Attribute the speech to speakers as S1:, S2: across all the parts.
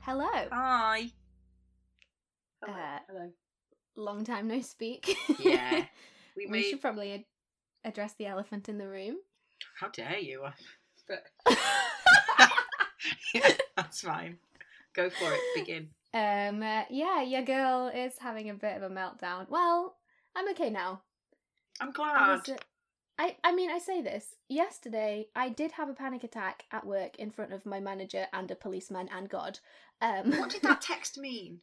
S1: Hello.
S2: Hi.
S1: Hello. Uh,
S3: Hello.
S1: Long time no speak.
S2: Yeah. We
S1: we
S2: made.
S1: should probably ad- address the elephant in the room.
S2: How dare you?
S1: um,
S2: yeah, that's fine. Go for it. Begin.
S1: uh, yeah, your girl is having a bit of a meltdown. Well, I'm okay now.
S2: I'm
S1: I,
S2: glad.
S1: was, uh, I, I mean, I say this. Yesterday, I did have a panic attack at work in front of my manager and a policeman and God. Um,
S2: What did that text mean?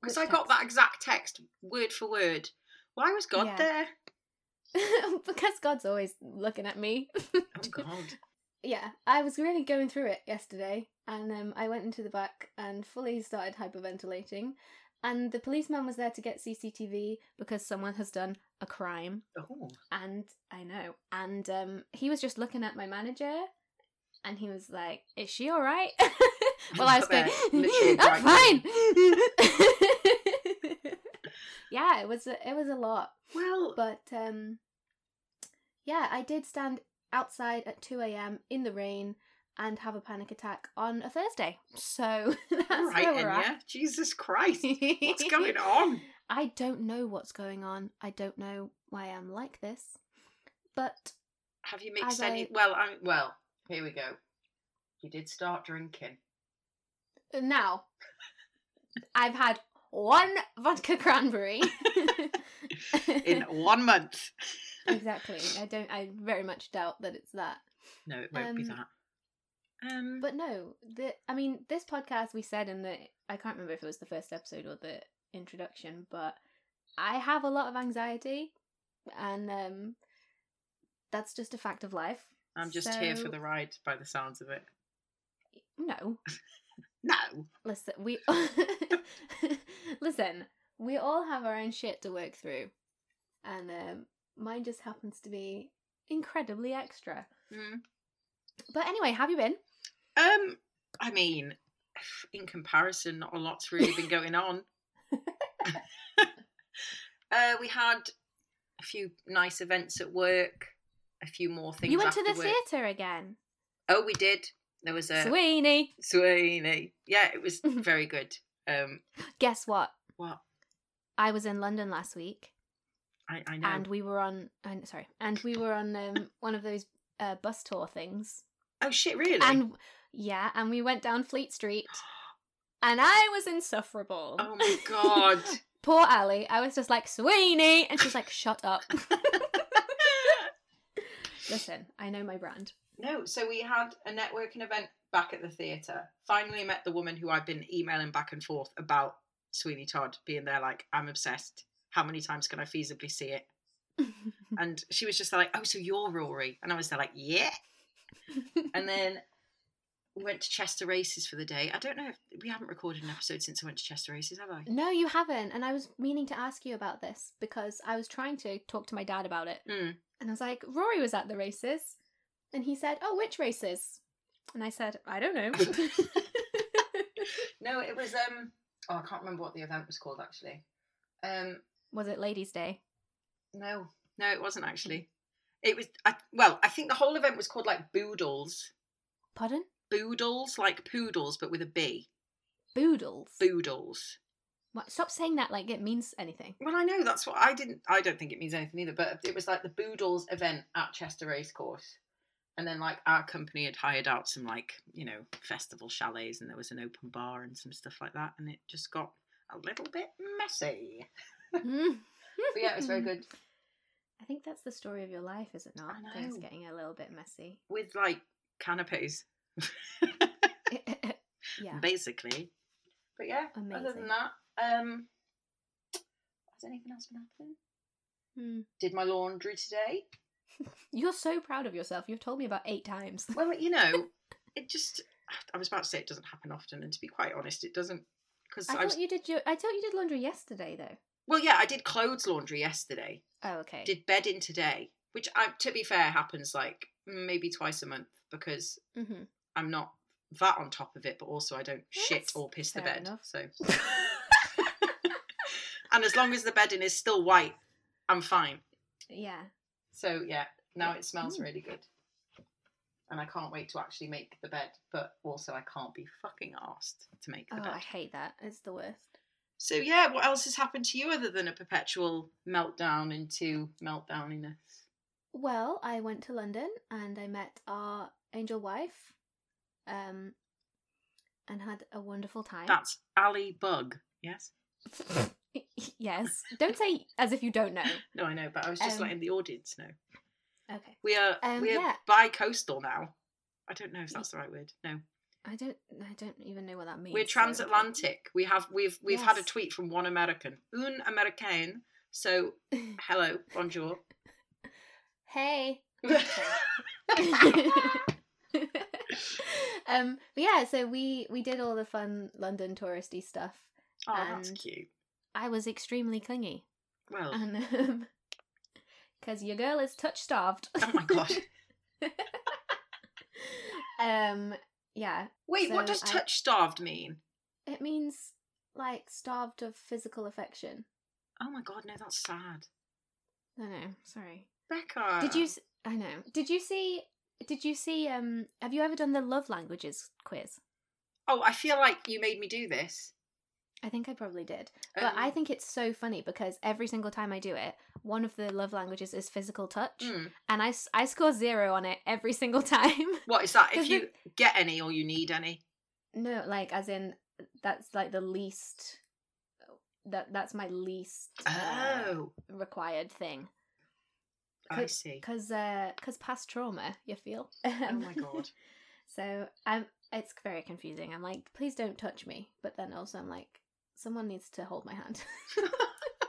S2: Because I
S1: which
S2: got
S1: text-
S2: that exact text word for word. Why was God
S1: Yeah.
S2: there?
S1: because God's always looking at me.
S2: Oh God.
S1: yeah, I was really going through it yesterday, and um, I went into the back and fully started hyperventilating. And the policeman was there to get CCTV because someone has done a crime.
S2: Oh.
S1: And I know. And um, he was just looking at my manager, and he was like, "Is she all right?" well, I was going,
S2: Literally
S1: "I'm
S2: dragged
S1: fine." yeah, it was a, it was a lot.
S2: Well,
S1: But um yeah, I did stand outside at 2 a.m. in the rain and have a panic attack on a Thursday. So that's
S2: all right,
S1: where
S2: Enya.
S1: we're at.
S2: Jesus Christ. What's going on?
S1: I don't know what's going on. I don't know why I'm like this. But
S2: Have you mixed
S1: I-
S2: any? Well, I'm well. Here we go. You did start drinking.
S1: now I've had one vodka cranberry.
S2: in one month.
S1: exactly. I don't I very much doubt that it's that.
S2: No, it won't be
S1: Um,
S2: that. Um,
S1: But no, the I mean, this podcast we said in the I can't remember if it was the first episode or the introduction, but I have a lot of anxiety, and um, that's just a fact of life.
S2: I'm just here for
S1: so-
S2: the ride, by the sounds of it.
S1: No,
S2: No,
S1: listen, we listen. We all have our own shit to work through, and um, mine just happens to be incredibly extra.
S2: Mm.
S1: But anyway, have you been?
S2: um, I mean, in comparison, not a lot's really been going on. uh, we had a few nice events at work, a few more things.
S1: you went to
S2: after
S1: the
S2: work.
S1: theatre again,
S2: Oh, we did. There was a
S1: Sweeney.
S2: Sweeney. Yeah, it was very good. Um,
S1: Guess what?
S2: what
S1: I was in London last week,
S2: I, I know.
S1: and we were on. And, sorry, and we were on um, one of those uh, bus tour things.
S2: oh shit, really?
S1: And yeah, and we went down Fleet Street, and I was insufferable.
S2: oh my god.
S1: Poor Ali, I was just like Sweeney, and she's like, "Shut up." Listen, I know my brand.
S2: No, so we had a networking event back at the theatre. Finally met the woman who I've been emailing back and forth about Sweeney Todd being there, like, I'm obsessed. How many times can I feasibly see it? And she was just like, Oh, so you're Rory. And I was there like, Yeah. And then we went to Chester Races for the day. I don't know if we haven't recorded an episode since I went to Chester Races, have I?
S1: no, you haven't, and I was meaning to ask you about this because I was trying to talk to my dad about it,
S2: Mm.
S1: and I was like, "Rory was at the races," and he said, "Oh, which races?" And I said, "I don't know."
S2: No, it was um oh I can't remember what the event was called actually. Um
S1: Was it Ladies' Day?
S2: No, no, it wasn't actually. It was I, well, I think the whole event was called like Boodles,
S1: Pardon?
S2: Boodles, like poodles, but with a B.
S1: Boodles.
S2: Boodles.
S1: what? Stop saying that like it means anything.
S2: Well, I know that's what I didn't. I don't think it means anything either. But it was like the Boodles event at Chester Racecourse, and then like our company had hired out some like you know festival chalets, and there was an open bar and some stuff like that, and it just got a little bit messy.
S1: Mm.
S2: But yeah, it was very good.
S1: I think that's the story of your life, is it not?
S2: I
S1: Things
S2: know.
S1: getting a little bit messy.
S2: with like canapes.
S1: yeah.
S2: basically. But yeah, other
S1: Amazing.
S2: than that, um, has anything else been happening?
S1: Mm.
S2: Did my laundry today?
S1: You're so proud of yourself. You've told me about eight times.
S2: Well, you know, it just. I was about to say it doesn't happen often, and to be quite honest, it doesn't. Because
S1: I
S2: I,
S1: thought
S2: was.
S1: you did your. I thought you did laundry yesterday, though.
S2: Well, yeah, I did clothes laundry yesterday.
S1: Oh, okay.
S2: Did bedding today, which I, to be fair, happens like maybe twice a month because
S1: hmm
S2: I'm not that on top of it, but also I don't shit
S1: That's
S2: or piss the
S1: fair
S2: bed.
S1: enough.
S2: So. and as long as the bedding is still white, I'm fine.
S1: Yeah.
S2: So yeah, now it smells
S1: Mm.
S2: really good. and I can't wait to actually make the bed, but also I can't be fucking asked to make the
S1: Oh,
S2: bed.
S1: I hate that. It's the worst.
S2: So yeah, what else has happened to you other than a perpetual meltdown into meltdowniness?
S1: Well, I went to London and I met our angel wife, um, and had a wonderful time.
S2: That's Ali Bug. Yes.
S1: yes. Don't say as if you don't know.
S2: No, I know, but I was just
S1: Um,
S2: letting the audience know.
S1: Okay.
S2: We are
S1: um,
S2: we are
S1: yeah.
S2: bi-coastal now. I don't know if that's the right word. No,
S1: I don't. I don't even know what that means.
S2: we're
S1: so-
S2: transatlantic. We have we've we've had a
S1: Yes.
S2: tweet from one American, un American. So hello, bonjour.
S1: hey.
S2: That's
S1: um. But yeah. So we we did all the fun London touristy stuff.
S2: Oh, that's
S1: And-
S2: cute.
S1: I was extremely clingy,
S2: Well,
S1: and Um, um, because your girl is touch starved.
S2: oh my god.
S1: um. Yeah.
S2: Wait, what
S1: So
S2: does
S1: I-
S2: touch starved mean?
S1: It means like starved of physical affection.
S2: Oh my god, no, that's sad.
S1: No, no, sorry.
S2: Becca,
S1: Did you? s- I know. Did you see? Did you see? Um, have you ever done the love languages quiz?
S2: Oh, I feel like you made me do this.
S1: I think I probably did, but I
S2: Um,
S1: think it's so funny because every single time I do it, one of the love languages is physical touch,
S2: mm.
S1: and I s- I score zero on it every single time.
S2: what is that? If
S1: Does
S2: you get any or you need any,
S1: no, like as in that's like the least. That that's my least uh,
S2: oh,
S1: required thing
S2: I see.
S1: because because past trauma you feel.
S2: Oh my god.
S1: So um, it's very confusing. I'm like, please don't touch me, but then also I'm like, someone needs to hold my hand.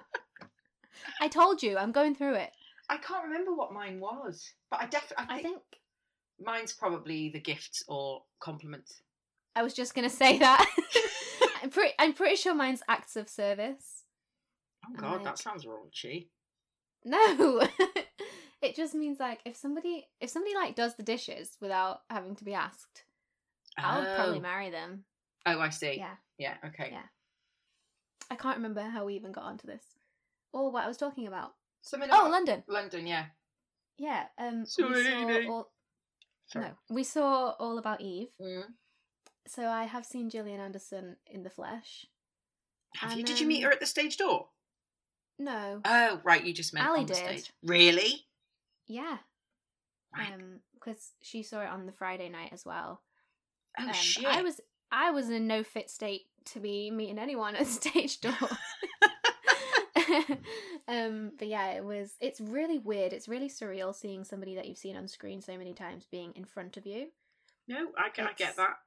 S1: I told you, I'm going through it.
S2: I can't remember what mine was, but I definitely
S1: I think
S2: mine's probably the gifts or compliments.
S1: I was just gonna say that. I'm pretty, I'm pretty sure mine's acts of service.
S2: Oh
S1: I'm
S2: god,
S1: like-
S2: that sounds raunchy.
S1: No, it just means like if somebody if somebody like does the dishes without having to be asked, I'll probably
S2: Oh.
S1: marry them.
S2: Oh, I see.
S1: Yeah.
S2: Yeah. Okay.
S1: Yeah. I can't remember how we even got onto this or what I was talking about.
S2: Something
S1: Oh,
S2: about
S1: London.
S2: London. Yeah.
S1: Yeah. Um. we
S2: Sweeney.
S1: saw all,
S2: Sorry.
S1: no, we saw all about Eve.
S2: Mm.
S1: So I have seen Gillian Anderson in the flesh.
S2: Have you?
S1: And,
S2: Did you meet
S1: um,
S2: her at the stage door?
S1: No.
S2: Oh, right. You just met
S1: Ali
S2: on the
S1: did.
S2: stage. Really?
S1: Yeah.
S2: Right.
S1: Um. Because she saw it on the Friday night as well.
S2: oh
S1: um,
S2: shit.
S1: I was I was in no fit state to be meeting anyone at stage door. um. But yeah, it was. It's really weird. It's really surreal seeing somebody that you've seen on screen so many times being in front of you.
S2: no, I, ca- I
S1: it's-
S2: get that.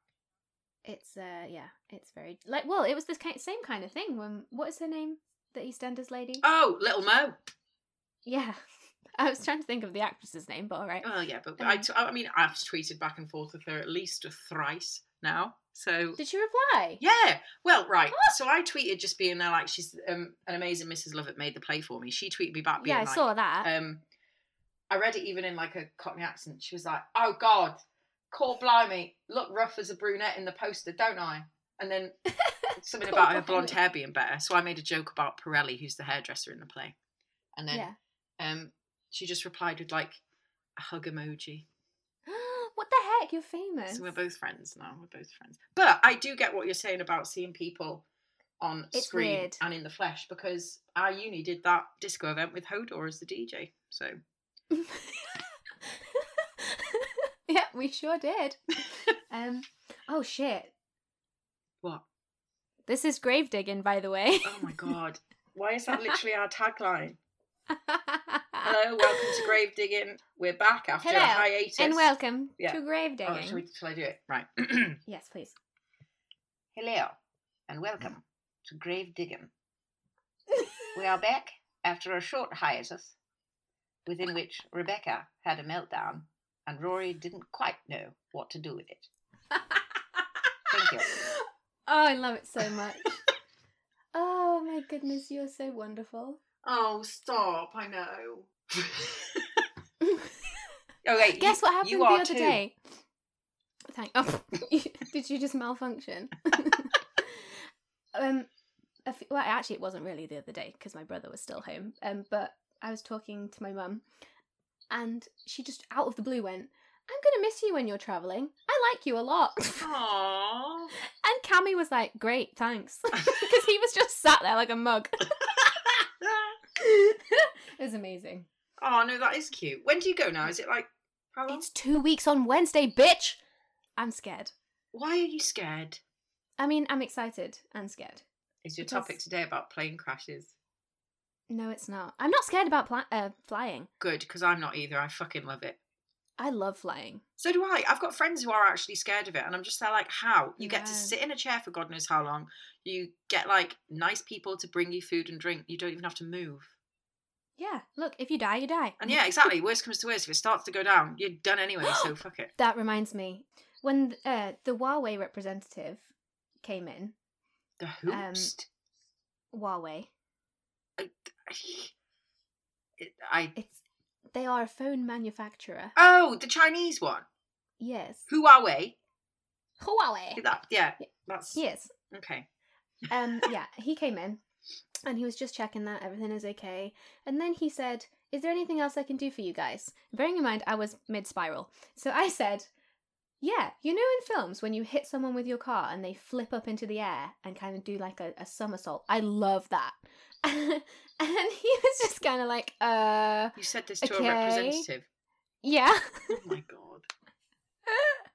S1: It's uh yeah, it's very like well, it was this kind same kind of thing when what is her name? The EastEnders lady?
S2: Oh, little Mo.
S1: Yeah. I was trying to think of the actress's name, but alright.
S2: Well, yeah, but I,
S1: Um,
S2: t- I mean, I've tweeted back and forth with her at least thrice now. So
S1: Did she reply?
S2: Yeah. Well, right. So I tweeted just being there, like she's um, an amazing Mrs. Lovett made the play for me. She tweeted me back being
S1: Yeah, I
S2: like,
S1: saw that.
S2: um, I read it even in like a Cockney accent. She was like, "Oh God, call blimey, look rough as a brunette in the poster, don't I?" And then something
S1: Call
S2: about her blonde
S1: blimey.
S2: hair being better. So I made a joke about Pirelli, who's the hairdresser in the play, and then
S1: yeah.
S2: um, she just replied with like a hug emoji.
S1: what the heck? You're famous.
S2: So we're both friends now. We're both friends. But I do get what you're saying about seeing people on
S1: It's
S2: screen
S1: weird.
S2: and in the flesh because our uni did that disco event with Hodor as the DJ. So
S1: yeah, we sure did. um oh shit.
S2: what?
S1: This is grave digging, by the way.
S2: Oh my god. Why is that literally our tagline? Oh. Uh, Hello, welcome to Grave Digging. We're back after a
S1: Hello,
S2: hiatus.
S1: And welcome
S2: Yeah.
S1: to grave digging.
S2: Oh, shall, we, shall I do it? Right.
S1: Yes, please.
S2: Hello and welcome to Grave Digging. We are back after a short hiatus, within which Rebecca had a meltdown and Rory didn't quite know what to do with it. Thank you.
S1: Oh, I love it so much. oh my goodness, you're so wonderful.
S2: Oh, stop, I know. okay, you-
S1: Guess what happened
S2: you
S1: the
S2: are
S1: other
S2: too.
S1: day? Thank. Oh, did you just malfunction? um, a f- well, actually, it wasn't really the other day because my brother was still home. Um, but I was talking to my mum, and she just out of the blue went, I'm gonna miss you when you're traveling. I like you a lot.
S2: Aww.
S1: and Cammy was like, "Great, thanks," because he was just sat there like a mug. it was amazing.
S2: oh no, that is cute. When do you go now? Is it like how long?
S1: It's two weeks on Wednesday, bitch. I'm scared.
S2: Why are you scared?
S1: I mean, I'm excited and scared.
S2: Is your
S1: Because-
S2: topic today about plane crashes?
S1: No, it's not. I'm not scared about pla- uh, flying.
S2: Good, because I'm not either. I fucking love it.
S1: I love flying.
S2: So do I. I've got friends who are actually scared of it, and I'm just there like, how? You get to
S1: Yeah.
S2: sit in a chair for God knows how long. You get like nice people to bring you food and drink. You don't even have to move.
S1: Yeah, look, if you die, you die.
S2: And yeah, exactly. worst comes to worst, if it starts to go down, you're done anyway. so fuck it.
S1: That reminds me, when uh, the Huawei representative came in,
S2: The
S1: Um
S2: host.
S1: Huawei,
S2: It- I
S1: it's they are a phone manufacturer.
S2: oh the Chinese one.
S1: Yes,
S2: Huawei.
S1: Huawei.
S2: That yeah. That's
S1: Yes.
S2: okay.
S1: Um, yeah, he came in, and he was just checking that everything is okay, and then he said, "Is there anything else I can do for you guys?" Bearing in mind, I was mid spiral, so I said. Yeah, you know in films when you hit someone with your car and they flip up into the air and kind of do like a, a somersault. I love that. and he was just kind of like, uh,
S2: You said this to
S1: Okay.
S2: a representative.
S1: yeah.
S2: Oh my god.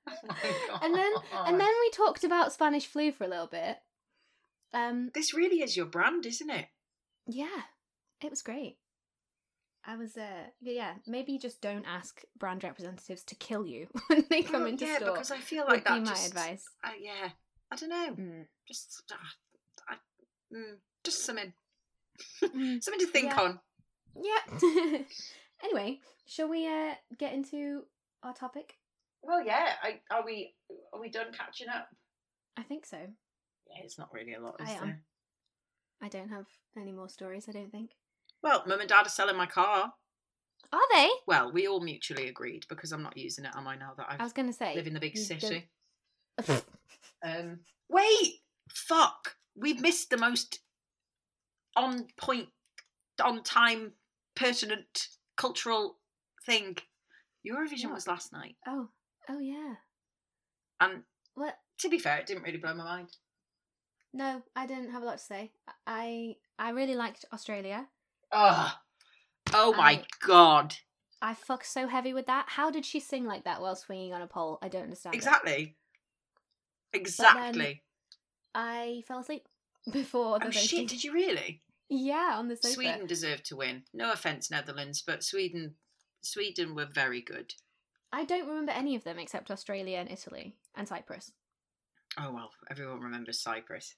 S2: Oh my
S1: And then- And
S2: God.
S1: then we talked about Spanish flu for a little bit. Um,
S2: this really is your brand, isn't it?
S1: yeah, it was great. I was, uh, yeah, maybe just don't ask brand representatives to kill you when they come
S2: Well,
S1: into
S2: yeah,
S1: store.
S2: because I feel
S1: would
S2: like
S1: be
S2: that
S1: my
S2: just,
S1: advice.
S2: I- Uh, yeah, I don't know.
S1: Mm.
S2: Just, ah, I, mm, just something,
S1: Mm.
S2: something to think
S1: Yeah.
S2: on.
S1: yeah. anyway, shall we uh, get into our topic?
S2: Well, yeah. I, are we are we done catching up?
S1: I think so.
S2: Yeah, it's not really a lot, is
S1: I am.
S2: there?
S1: I don't have any more stories. I don't think.
S2: Well, mum and dad are selling my car.
S1: Are they?
S2: Well, we all mutually agreed because I'm not using it, am I? Now that I
S1: I was gonna say.
S2: live in the big
S1: you
S2: city.
S1: don't-
S2: Um, wait, fuck. We've missed the most on point, on time, pertinent cultural thing. Eurovision
S1: What?
S2: was last night,
S1: oh, oh yeah.
S2: and
S1: What?
S2: to be fair, it didn't really blow my mind.
S1: No, I didn't have a lot to say. I I really liked Australia.
S2: Ugh. Oh my
S1: I-
S2: god.
S1: I fucked so heavy with that. How did she sing like that while swinging on a pole? I don't understand. it.
S2: Exactly. Exactly.
S1: I fell asleep before the
S2: Oh
S1: voting.
S2: shit, did you really?
S1: Yeah, on the sofa.
S2: Sweden deserved to win. No offense, Netherlands, but Sweden Sweden were very good.
S1: I don't remember any of them except Australia and Italy and Cyprus.
S2: Oh well, everyone remembers Cyprus.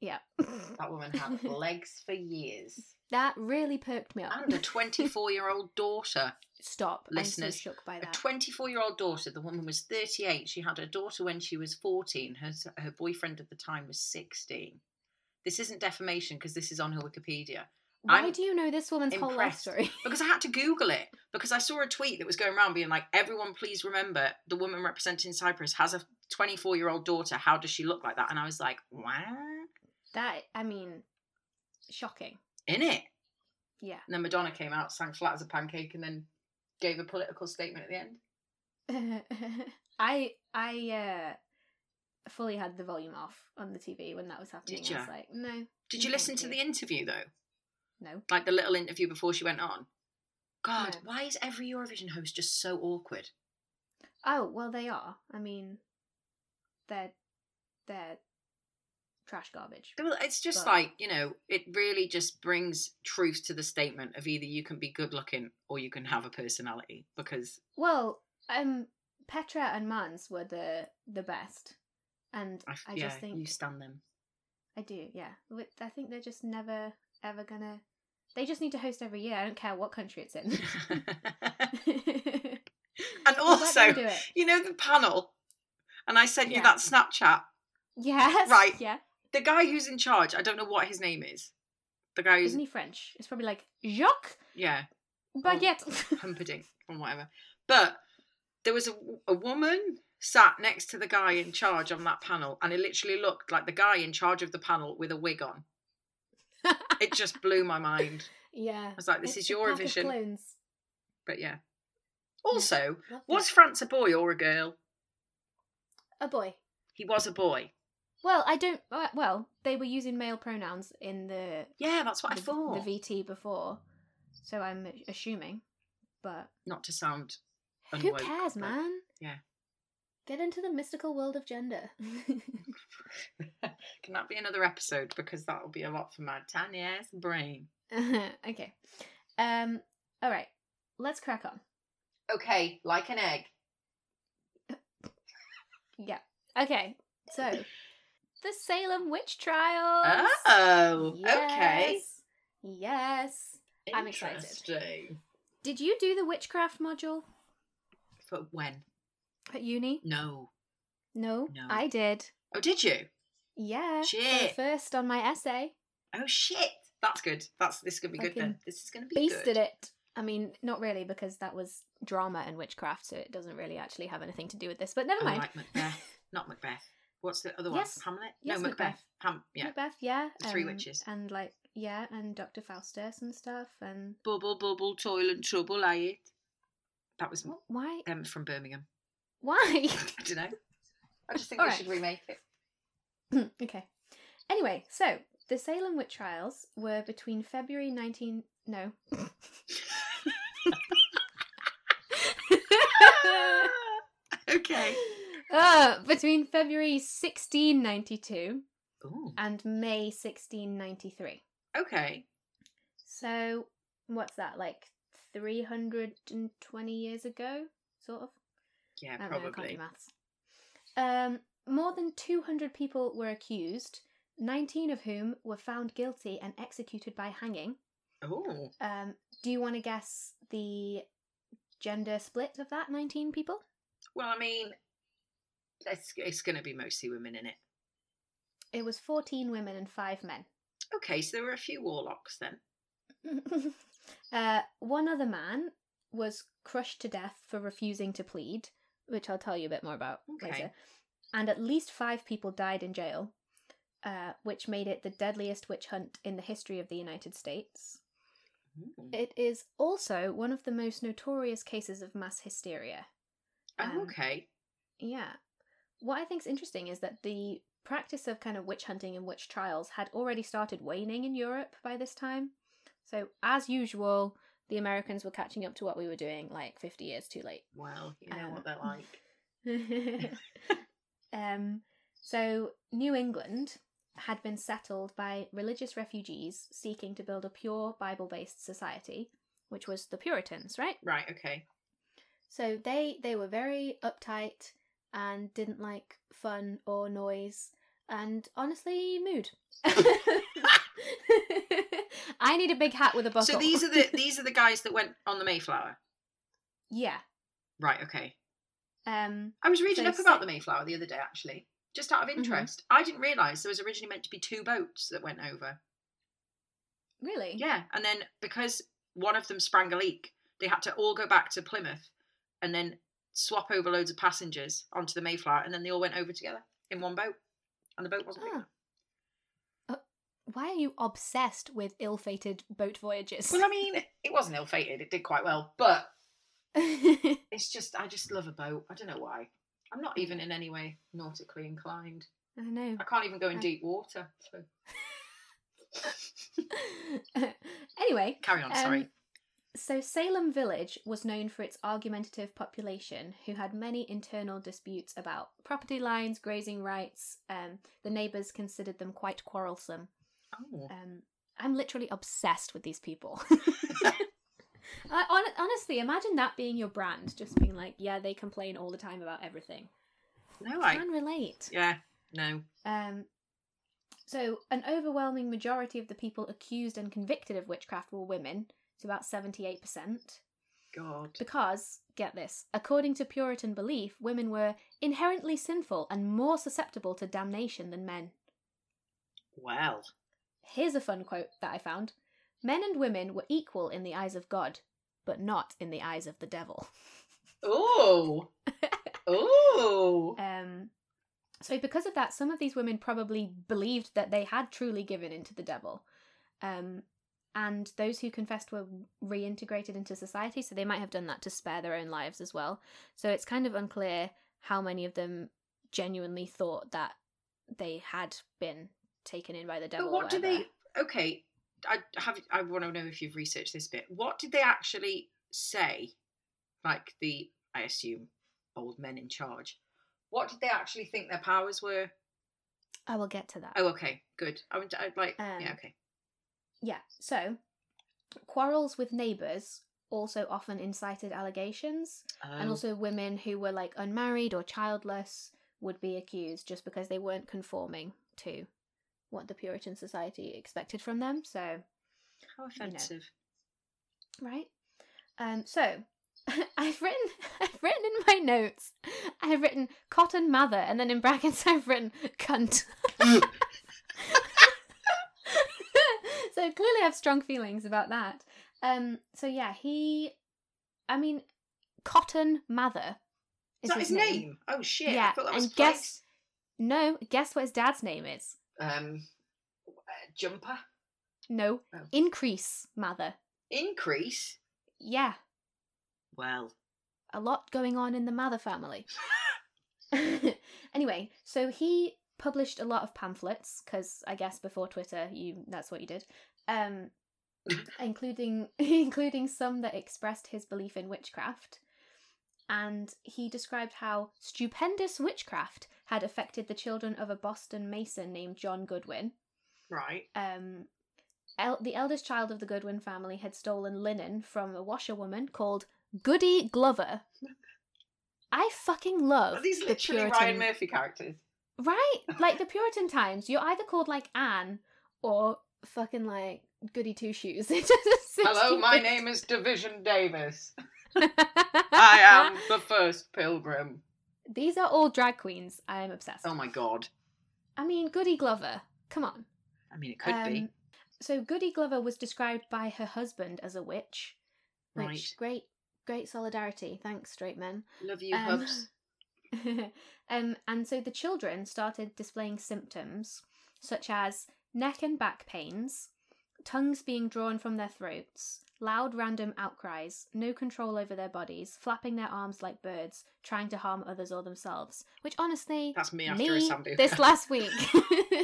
S1: Yeah.
S2: That woman had legs for years.
S1: that really perked me up.
S2: and a 24 year old daughter.
S1: Stop. I'm so
S2: Listeners,
S1: shook by
S2: A
S1: that.
S2: 24 year old daughter. The woman was 38. She had a daughter when she was 14. Her, her boyfriend at the time was 16. This isn't defamation because this is on her Wikipedia.
S1: Why
S2: I'm
S1: do you know this woman's whole life
S2: impressed.
S1: story?
S2: Because I had to Google it because I saw a tweet that was going around being like, everyone please remember the woman representing Cyprus has a 24 year old daughter. How does she look like that? And I was like, wow,
S1: that I mean, shocking.
S2: in it.
S1: Yeah.
S2: And then Madonna came out, sang flat as a pancake, and then gave a political statement at the end.
S1: I I uh fully had the volume off on the TV when that was happening.
S2: Did
S1: I was
S2: ya?
S1: like, no,
S2: Did you
S1: Mm,
S2: listen
S1: thank
S2: to
S1: you.
S2: the interview though?
S1: no.
S2: like the little interview before she went on. God,
S1: No.
S2: why is every Eurovision host just so awkward?
S1: Oh well, they are. I mean, they're they're trash garbage.
S2: Well, It's just
S1: But-
S2: like, you know, it really just brings truth to the statement of either you can be good looking or you can have a personality because
S1: Well, um, Petra and Mans were the the best, and
S2: I,
S1: I,
S2: f- yeah,
S1: just think
S2: you stand them.
S1: I do. Yeah, Wi- I think they're just never ever gonna. They just need to host every year. I don't care what country it's in. and
S2: also- You know the panel and I sent
S1: Yeah.
S2: you that Snapchat.
S1: yes,
S2: Right.
S1: yeah.
S2: The guy who's in charge, I don't know what his name is. The guy who's
S1: Isn't he French? It's probably like Jacques
S2: yeah, Oh,
S1: Baguette.
S2: Humperdinck or whatever. But there was a, a woman sat next to the guy in charge on that panel, and it literally looked like the guy in charge of the panel with a wig on. It just blew my mind.
S1: yeah.
S2: I was like, this
S1: It's
S2: is
S1: a pack of
S2: Eurovision.
S1: clones.
S2: But yeah, Also,
S1: Lovely.
S2: was France a boy or a girl?
S1: a boy?
S2: He was a boy.
S1: Well, I don't. uh, Well, they were using male pronouns in the
S2: Yeah, that's what I
S1: the,
S2: thought.
S1: the VT before, so I'm assuming. But
S2: Not to sound
S1: who
S2: Unwoke,
S1: cares,
S2: but-
S1: man?
S2: yeah.
S1: Get into the mystical world of gender.
S2: Can that be another episode? Because that'll be a lot for my tiny ass brain.
S1: okay. Um. All right. Let's crack on.
S2: Okay, like an egg.
S1: Yeah. Okay. So, the Salem witch trials.
S2: Oh, okay.
S1: Yes. Yes. I'm excited.
S2: Interesting.
S1: Did you do the witchcraft module
S2: For when?
S1: at uni?
S2: No.
S1: No,
S2: No.
S1: I did.
S2: Oh, did you?
S1: Yeah. for the
S2: Shit.
S1: First on my essay,
S2: Oh shit. That's good. That's this is gonna be good then.
S1: Fucking
S2: This is gonna be
S1: beasted
S2: good.
S1: it. I mean, not really because that was drama and witchcraft, so it doesn't really actually have anything to do with this. But never
S2: I
S1: mind.
S2: Oh, like Macbeth. Not Macbeth. What's the other one?
S1: Yes.
S2: Hamlet?
S1: Yes,
S2: no, Macbeth.
S1: Macbeth.
S2: Ham yeah.
S1: Macbeth, yeah. um,
S2: The Three Witches.
S1: And like, yeah, and Dr. Faustus and stuff. And
S2: Bubble, bubble, toil and trouble, I it. That was
S1: Wh- why?
S2: them from Birmingham.
S1: Why?
S2: I don't know. I just think
S1: All
S2: we
S1: right.
S2: should remake it.
S1: okay. Anyway, so the Salem witch trials were between February 19. No.
S2: okay.
S1: Uh, between February 1692
S2: Ooh.
S1: and May 1693.
S2: Okay.
S1: So, what's that, like 320 years ago, sort of?
S2: Yeah,
S1: I don't know, I can't do
S2: probably.
S1: maths. Um, more than 200 people were accused, 19 of whom were found guilty and executed by hanging.
S2: Oh.
S1: Um, do you want to guess the gender split of that 19 people?
S2: Well, I mean, it's, it's going to be mostly women in it.
S1: It was 14 women and 5 men.
S2: Okay, so there were a few warlocks then.
S1: uh, one other man was crushed to death for refusing to plead, which I'll tell you a bit more about
S2: Okay.
S1: later. And at least five people died in jail, uh, which made it the deadliest witch hunt in the history of the United States.
S2: Ooh.
S1: It is also one of the most notorious cases of mass hysteria. um,
S2: Oh, okay.
S1: Yeah. What I think's interesting is that the practice of kind of witch hunting and witch trials had already started waning in Europe by this time. So, as usual, the Americans were catching up to what we were doing like 50 years too late.
S2: Well, you know
S1: um,
S2: what they're like.
S1: um, so, New England had been settled by religious refugees seeking to build a pure Bible based society, which was the Puritans, right?
S2: Right, okay.
S1: So they they were very uptight and didn't like fun or noise and honestly mood. I need a big hat with a buckle.
S2: So these are the these are the guys that went on the Mayflower.
S1: yeah.
S2: Right, okay.
S1: Um.
S2: I was reading
S1: So
S2: up
S1: se-
S2: about the Mayflower the other day, actually, just out of
S1: Mhm.
S2: interest. I didn't realise there was originally meant to be two boats that went over.
S1: Really.
S2: Yeah, and then because one of them sprang a leak, they had to all go back to Plymouth and then swap over loads of passengers onto the Mayflower, and then they all went over together in one boat, and the boat wasn't. big
S1: Ah.
S2: enough.
S1: Uh, Why are you obsessed with ill-fated boat voyages?
S2: Well, I mean, it wasn't ill-fated; it did quite well, but it's just I just love a boat. I don't know why. I'm not even in any way nautically inclined.
S1: I know.
S2: I can't even go in
S1: I-
S2: deep water. So
S1: anyway,
S2: carry on. Sorry.
S1: Um, so, Salem Village was known for its argumentative population who had many internal disputes about property lines, grazing rights. Um, the neighbours considered them quite quarrelsome.
S2: oh.
S1: Um, I'm literally obsessed with these people. I, hon- honestly, imagine that being your brand, just being like, yeah, they complain all the time about everything.
S2: No, I.
S1: Can relate.
S2: Yeah, no.
S1: Um, so, an overwhelming majority of the people accused and convicted of witchcraft were women. It's about 78%.
S2: God.
S1: Because, get this, according to Puritan belief, women were inherently sinful and more susceptible to damnation than men.
S2: Well.
S1: Here's a fun quote that I found Men and women were equal in the eyes of God, but not in the eyes of the devil.
S2: Oh. Oh.
S1: Um, so, because of that, some of these women probably believed that they had truly given in to the devil. Um, and those who confessed were reintegrated into society, so they might have done that to spare their own lives as well. So it's kind of unclear how many of them genuinely thought that they had been taken in by the devil.
S2: But
S1: or
S2: what do
S1: whatever.
S2: they? Okay, I have. I want to know if you've researched this bit. What did they actually say? Like the, I assume, old men in charge. What did they actually think their powers were?
S1: I will get to that.
S2: Oh, okay, good. I would I'd like. yeah,
S1: Um,
S2: okay.
S1: Yeah, so quarrels with neighbours also often incited allegations, and
S2: Oh,
S1: also women who were like unmarried or childless would be accused just because they weren't conforming to what the Puritan society expected from them. So,
S2: how
S1: you know.
S2: offensive.
S1: right? Um, so I've written, I've written in my notes, I've written cotton mother, and then in brackets I've written cunt. so clearly I have strong feelings about that. Um, so yeah, he, I mean, cotton mother is
S2: Is that
S1: his,
S2: his name? Oh shit! I
S1: Yeah,
S2: thought that
S1: and
S2: was
S1: guess-
S2: guess
S1: No, guess what his dad's name is?
S2: um uh, jumper
S1: No,
S2: Oh.
S1: increase mother.
S2: increase.
S1: Yeah,
S2: Well,
S1: a lot going on in the Mather family. anyway, so he published a lot of pamphlets because I guess before Twitter, you that's what you did, um, including including some that expressed his belief in witchcraft, and he described how stupendous witchcraft had affected the children of a Boston Mason named John Goodwin.
S2: right.
S1: Um, el- the eldest child of the Goodwin family had stolen linen from a washerwoman called Goody Glover. I fucking love
S2: Are these
S1: the
S2: literally
S1: Puritan,
S2: Ryan Murphy characters?
S1: right? Like the Puritan times, you're either called like Anne or fucking like Goody Two Shoes. It just- it's
S2: Hello, my
S1: stupid.
S2: name is Division Davis. I am the first pilgrim.
S1: These are all drag queens. I am obsessed.
S2: Oh my god.
S1: I mean, Goody Glover. Come on.
S2: I mean, it could be.
S1: Um, So Goody Glover was described by her husband as a witch, which
S2: Right.
S1: great, great solidarity. Thanks, straight men.
S2: Love you,
S1: um,
S2: hubs.
S1: um, and so the children started displaying symptoms such as neck and back pains, tongues being drawn from their throats, loud random outcries, no control over their bodies, flapping their arms like birds, trying to harm others or themselves. Which honestly,
S2: That's me after a
S1: me
S2: sambu.
S1: this last week. this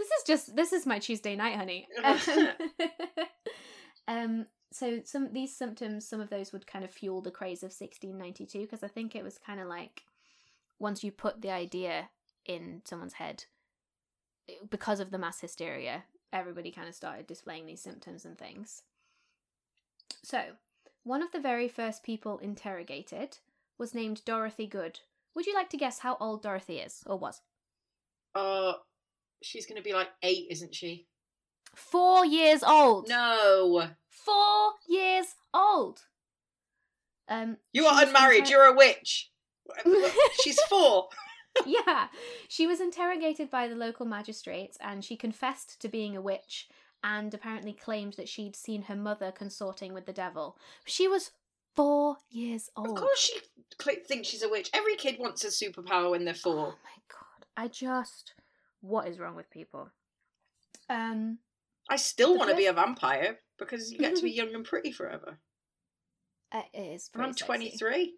S1: is just this is my Tuesday night, honey. um, so some these symptoms, some of those would kind of fuel the craze of 1692 because I think it was kind of like once you put the idea in someone's head it- because of the mass hysteria, everybody kind of started displaying these symptoms and things. So, one of the very first people interrogated was named Dorothy Good. Would you like to guess how old Dorothy is or was?
S2: uh, she's going to be like eight, isn't she?
S1: Four years old.
S2: No.
S1: Four years old. Um,
S2: You
S1: she
S2: are
S1: was
S2: unmarried.
S1: inter-
S2: You're a witch. she's four.
S1: yeah. She was interrogated by the local magistrates and she confessed to being a witch and apparently claimed that she'd seen her mother consorting with the devil. She was four years old.
S2: Of course, she cl- thinks she's a witch. Every kid wants a superpower when they're
S1: Oh
S2: four.
S1: my god. I just what is wrong with people? Um
S2: I still
S1: The
S2: want to be
S1: first-
S2: a vampire because you get to be young and pretty forever.
S1: it is
S2: And I'm
S1: pretty sexy.
S2: 23.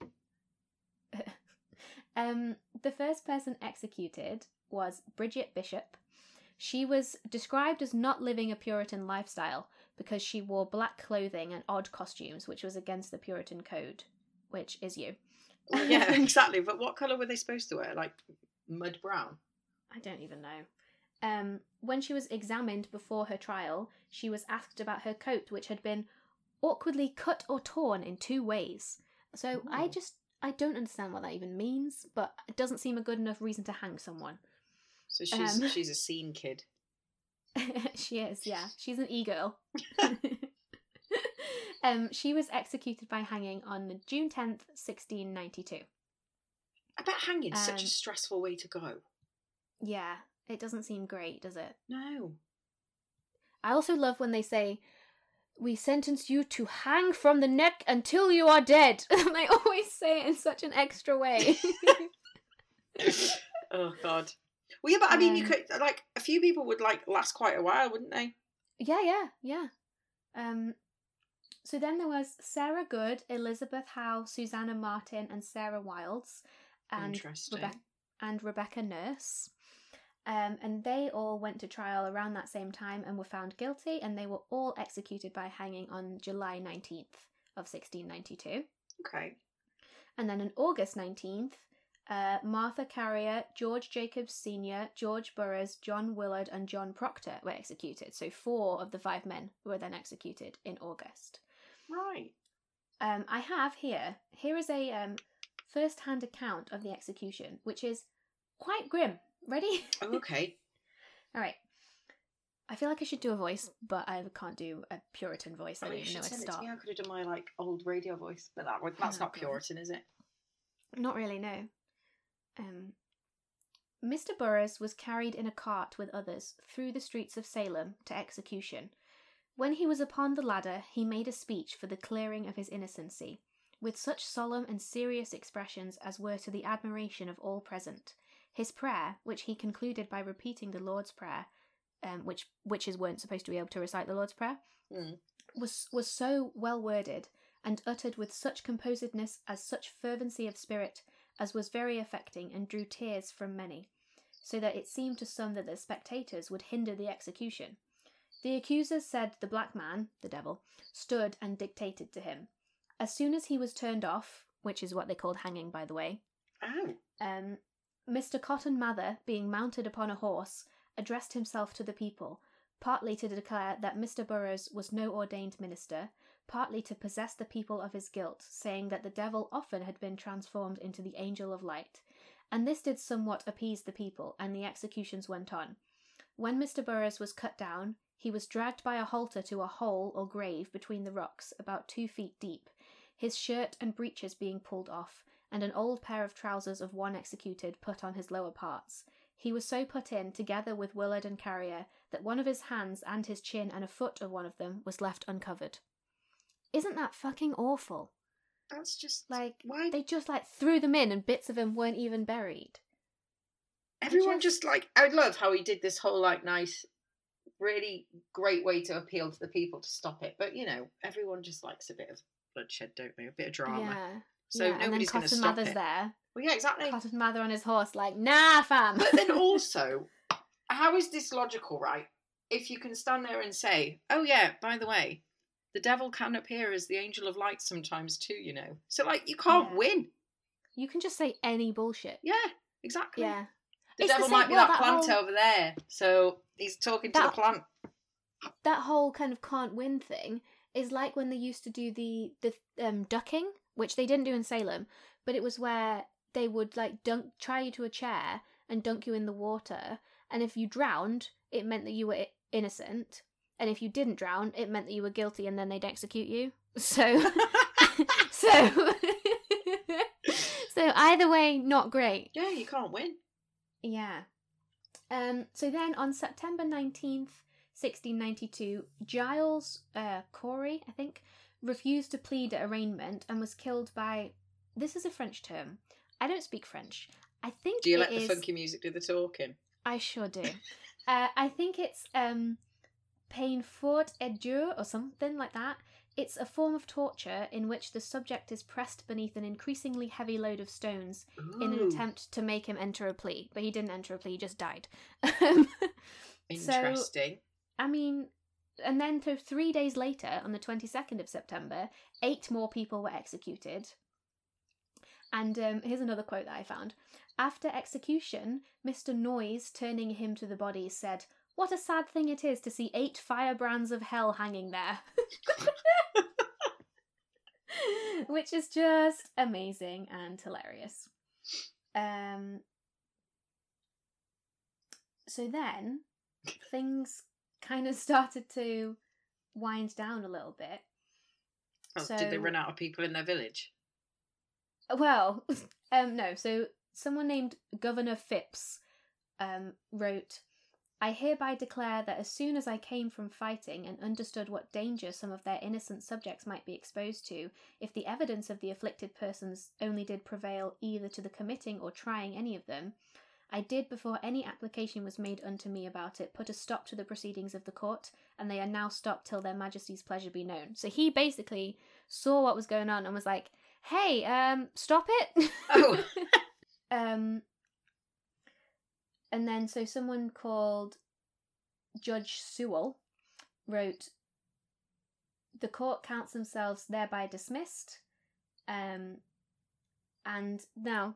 S1: Um, the first person executed was Bridget Bishop. She was described as not living a Puritan lifestyle because she wore black clothing and odd costumes, which was against the Puritan code, which is you.
S2: Well, yeah, exactly. But what colour were they supposed to wear? Like mud brown.
S1: I don't even know. Um, when she was examined before her trial, she was asked about her coat, which had been awkwardly cut or torn in two ways. So I
S2: Ooh.
S1: just I don't understand what that even means, but it doesn't seem a good enough reason to hang someone.
S2: So she's
S1: Um.
S2: she's a scene kid.
S1: she is, yeah. She's an e girl. um, she was executed by hanging on June 10th, 1692.
S2: I bet hanging's such
S1: Um.
S2: a stressful way to go.
S1: Yeah, it doesn't seem great, does it?
S2: No.
S1: I also love when they say, We sentence you to hang from the neck until you are dead. and I always say it in such an extra way.
S2: oh God. Well, yeah, but I mean, you
S1: Um,
S2: could like a few people would like last quite a while, wouldn't they?
S1: Yeah, yeah, yeah. Um, so then there was Sarah Good, Elizabeth Howe, Susanna Martin, and Sarah Wilds, and
S2: Interesting.
S1: Rebecca and Rebecca Nurse. Um, and they all went to trial around that same time and were found guilty, and they were all executed by hanging on July 19th of 1692.
S2: Okay.
S1: And then on August 19th, uh, Martha Carrier, George Jacobs Sr., George Burroughs, John Willard, and John Proctor were executed. So four of the five men were then executed in August.
S2: Right.
S1: Um, I have here, here is a um, first hand account of the execution, which is quite grim. Ready?
S2: Oh, okay.
S1: All right. I feel like I should do a voice, but I can't do a Puritan voice. I
S2: Oh,
S1: don't
S2: you
S1: even know
S2: should
S1: where to
S2: send it to
S1: start.
S2: me. I could have done my like old radio voice, but that would, that's
S1: Oh,
S2: not
S1: God.
S2: Puritan, is it?
S1: Not really, no. Um, Mr. Burroughs was carried in a cart with others through the streets of Salem to execution. When he was upon the ladder, he made a speech for the clearing of his innocency, with such solemn and serious expressions as were to the admiration of all present. His prayer, which he concluded by repeating the Lord's Prayer, um, which witches weren't supposed to be able to recite the Lord's Prayer,
S2: Mm.
S1: was was so well worded and uttered with such composedness as such fervency of spirit as was very affecting and drew tears from many, so that it seemed to some that the spectators would hinder the execution. The accusers said the black man, the devil, stood and dictated to him. As soon as he was turned off, which is what they called hanging, by the way,
S2: Oh,
S1: um, Mr. Cotton Mather, being mounted upon a horse, addressed himself to the people, partly to declare that Mr. Burroughs was no ordained minister, partly to possess the people of his guilt, saying that the devil often had been transformed into the angel of light. And this did somewhat appease the people, and the executions went on. When Mr. Burroughs was cut down, he was dragged by a halter to a hole or grave between the rocks, about two feet deep, his shirt and breeches being pulled off, and an old pair of trousers of one executed put on his lower parts. He was so put in, together with Willard and Carrier, that one of his hands and his chin and a foot of one of them was left uncovered. Isn't that fucking awful?
S2: that's just like
S1: Like,
S2: why
S1: they just like threw them in and bits of them weren't even buried.
S2: everyone
S1: just-
S2: just... like. I love how he did this whole like nice, really great way to appeal to the people to stop it. But you know, everyone just likes a bit of bloodshed, don't they? A bit of drama.
S1: Yeah.
S2: So
S1: yeah. and then
S2: nobody's going to
S1: Cotton
S2: stop
S1: Mather's
S2: it.
S1: there.
S2: Well, yeah, exactly.
S1: Cotton Mather on his horse, like, nah, fam.
S2: But then also, how is this logical, right? If you can stand there and say, "Oh yeah, by the way, the devil can appear as the angel of light sometimes too," you know. So like, you can't
S1: Yeah.
S2: win.
S1: you can just say any bullshit.
S2: Yeah, exactly.
S1: Yeah.
S2: The
S1: It's the
S2: devil
S1: same-
S2: might be
S1: well,
S2: that,
S1: that
S2: plant
S1: whole-
S2: over there, so he's talking to the
S1: That-
S2: plant.
S1: that whole kind of can't win thing is like when they used to do the the um, ducking, which they didn't do in Salem, but it was where they would like dunk try you to a chair and dunk you in the water, and if you drowned, it meant that you were i- innocent, and if you didn't drown, it meant that you were guilty, and then they'd execute you. So, so, so either way, not great.
S2: Yeah, you can't win.
S1: Yeah. Um, so then on September 19th, 1692, Giles uh, Corey, I think, refused to plead at arraignment and was killed by. This is a French term. I don't speak French. I think
S2: Do you
S1: it
S2: let the
S1: is-
S2: funky music do the talking?
S1: I sure do. uh, I think it's um, pain fort et dur or something like that. It's a form of torture in which the subject is pressed beneath an increasingly heavy load of stones in an
S2: Ooh,
S1: attempt to make him enter a plea, but he didn't enter a plea, he just died. Um, so-
S2: Interesting.
S1: I mean, and then so three days later, on the 22nd of September, eight more people were executed. And um, here's another quote that I found. After execution, Mr. Noyes, turning him to the body, said, What a sad thing it is to see eight firebrands of hell hanging there. Which is just amazing and hilarious. Um, so then, things kind of started to wind down a little bit.
S2: Oh, did they
S1: so-
S2: run out of people in their village?
S1: Well, um, no. So someone named Governor Phipps um, wrote, "I hereby declare that as soon as I came from fighting and understood what danger some of their innocent subjects might be exposed to, if the evidence of the afflicted persons only did prevail either to the committing or trying any of them." I did, before any application was made unto me about it, put a stop to the proceedings of the court, and they are now stopped till their majesty's pleasure be known. So he basically saw what was going on and was like, hey, um, stop it.
S2: Oh.
S1: um, and then, so someone called Judge Sewell wrote, the court counts themselves thereby dismissed. Um, and now,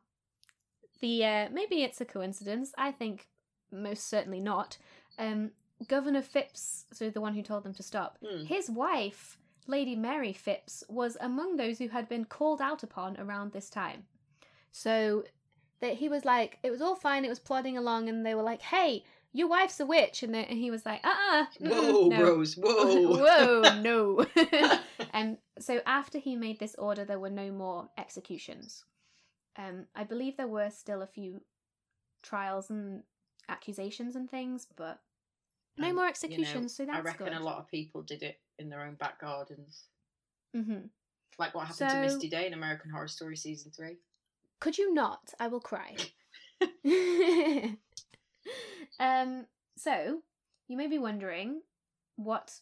S1: the uh, maybe it's a coincidence. I think most certainly not. Um, Governor Phipps, so the one who told them to stop,
S2: Hmm.
S1: his wife, Lady Mary Phipps, was among those who had been called out upon around this time. So that he was like, it was all fine. It was plodding along, and they were like, "Hey, your wife's a witch," and, they, and he was like, "Uh, uh
S2: Whoa, Rose. Whoa.
S1: whoa, no." Um, so after he made this order, there were no more executions. Um, I believe there were still a few trials and accusations and things, but no
S2: Um,
S1: more
S2: you know,
S1: executions. so
S2: I
S1: that's
S2: reckon
S1: good.
S2: a lot of people did it in their own back gardens.
S1: hmm
S2: Like what happened
S1: So-
S2: to Misty Day in American Horror Story season three.
S1: Could you not? I will cry. um, so you may be wondering what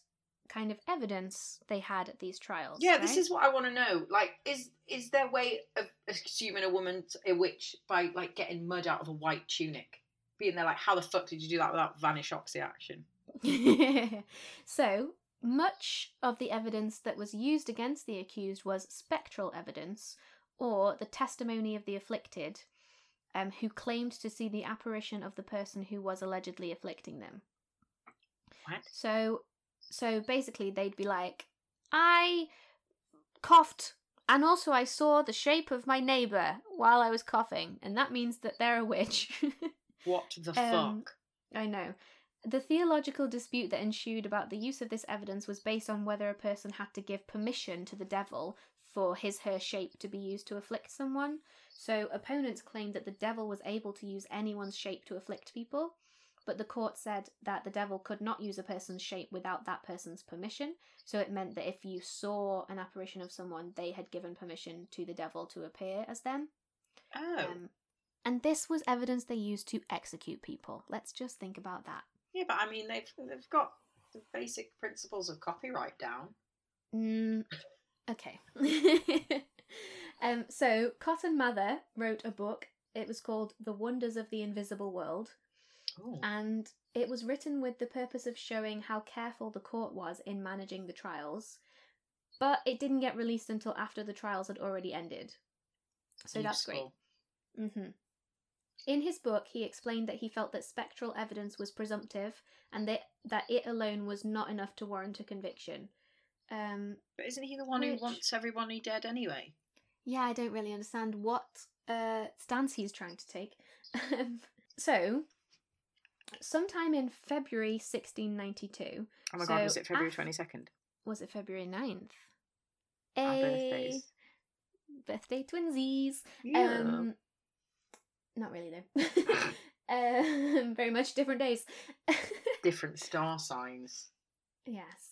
S1: kind of evidence they had at these trials.
S2: Yeah, this
S1: right?
S2: is what I want to know. Like, is is there way of assuming a woman's a witch by like getting mud out of a white tunic? Being there, like, how the fuck did you do that without vanish oxy action?
S1: so, much of the evidence that was used against the accused was spectral evidence or the testimony of the afflicted um, who claimed to see the apparition of the person who was allegedly afflicting them.
S2: What?
S1: So, so basically, they'd be like, I coughed. And also, I saw the shape of my neighbour while I was coughing, and that means that they're a witch.
S2: What the
S1: Um,
S2: fuck?
S1: I know. The theological dispute that ensued about the use of this evidence was based on whether a person had to give permission to the devil for his her shape to be used to afflict someone. So opponents claimed that the devil was able to use anyone's shape to afflict people, but the court said that the devil could not use a person's shape without that person's permission. So it meant that if you saw an apparition of someone, they had given permission to the devil to appear as them.
S2: Oh,
S1: Um, and this was evidence they used to execute people. Let's just think about that.
S2: yeah, but I mean, they've they've got the basic principles of copyright down.
S1: Mm, okay. um, so, Cotton Mather wrote a book. It was called The Wonders of the Invisible World.
S2: Oh,
S1: and it was written with the purpose of showing how careful the court was in managing the trials. But it didn't get released until after the trials had already ended. So that's great.
S2: useful.
S1: hmm In his book, he explained that he felt that spectral evidence was presumptive and that, that it alone was not enough to warrant a conviction. Um,
S2: But isn't he the one
S1: Which-
S2: who wants everybody dead anyway?
S1: yeah, I don't really understand what uh, stance he's trying to take. Um, so, sometime in February 1692,
S2: Oh my god,
S1: So,
S2: was it February
S1: af-
S2: twenty second?
S1: was it February 9th?
S2: Our
S1: Ay,
S2: birthdays.
S1: Birthday twinsies.
S2: Yeah.
S1: Um, not really though. um, very much different days.
S2: Different star signs.
S1: Yes.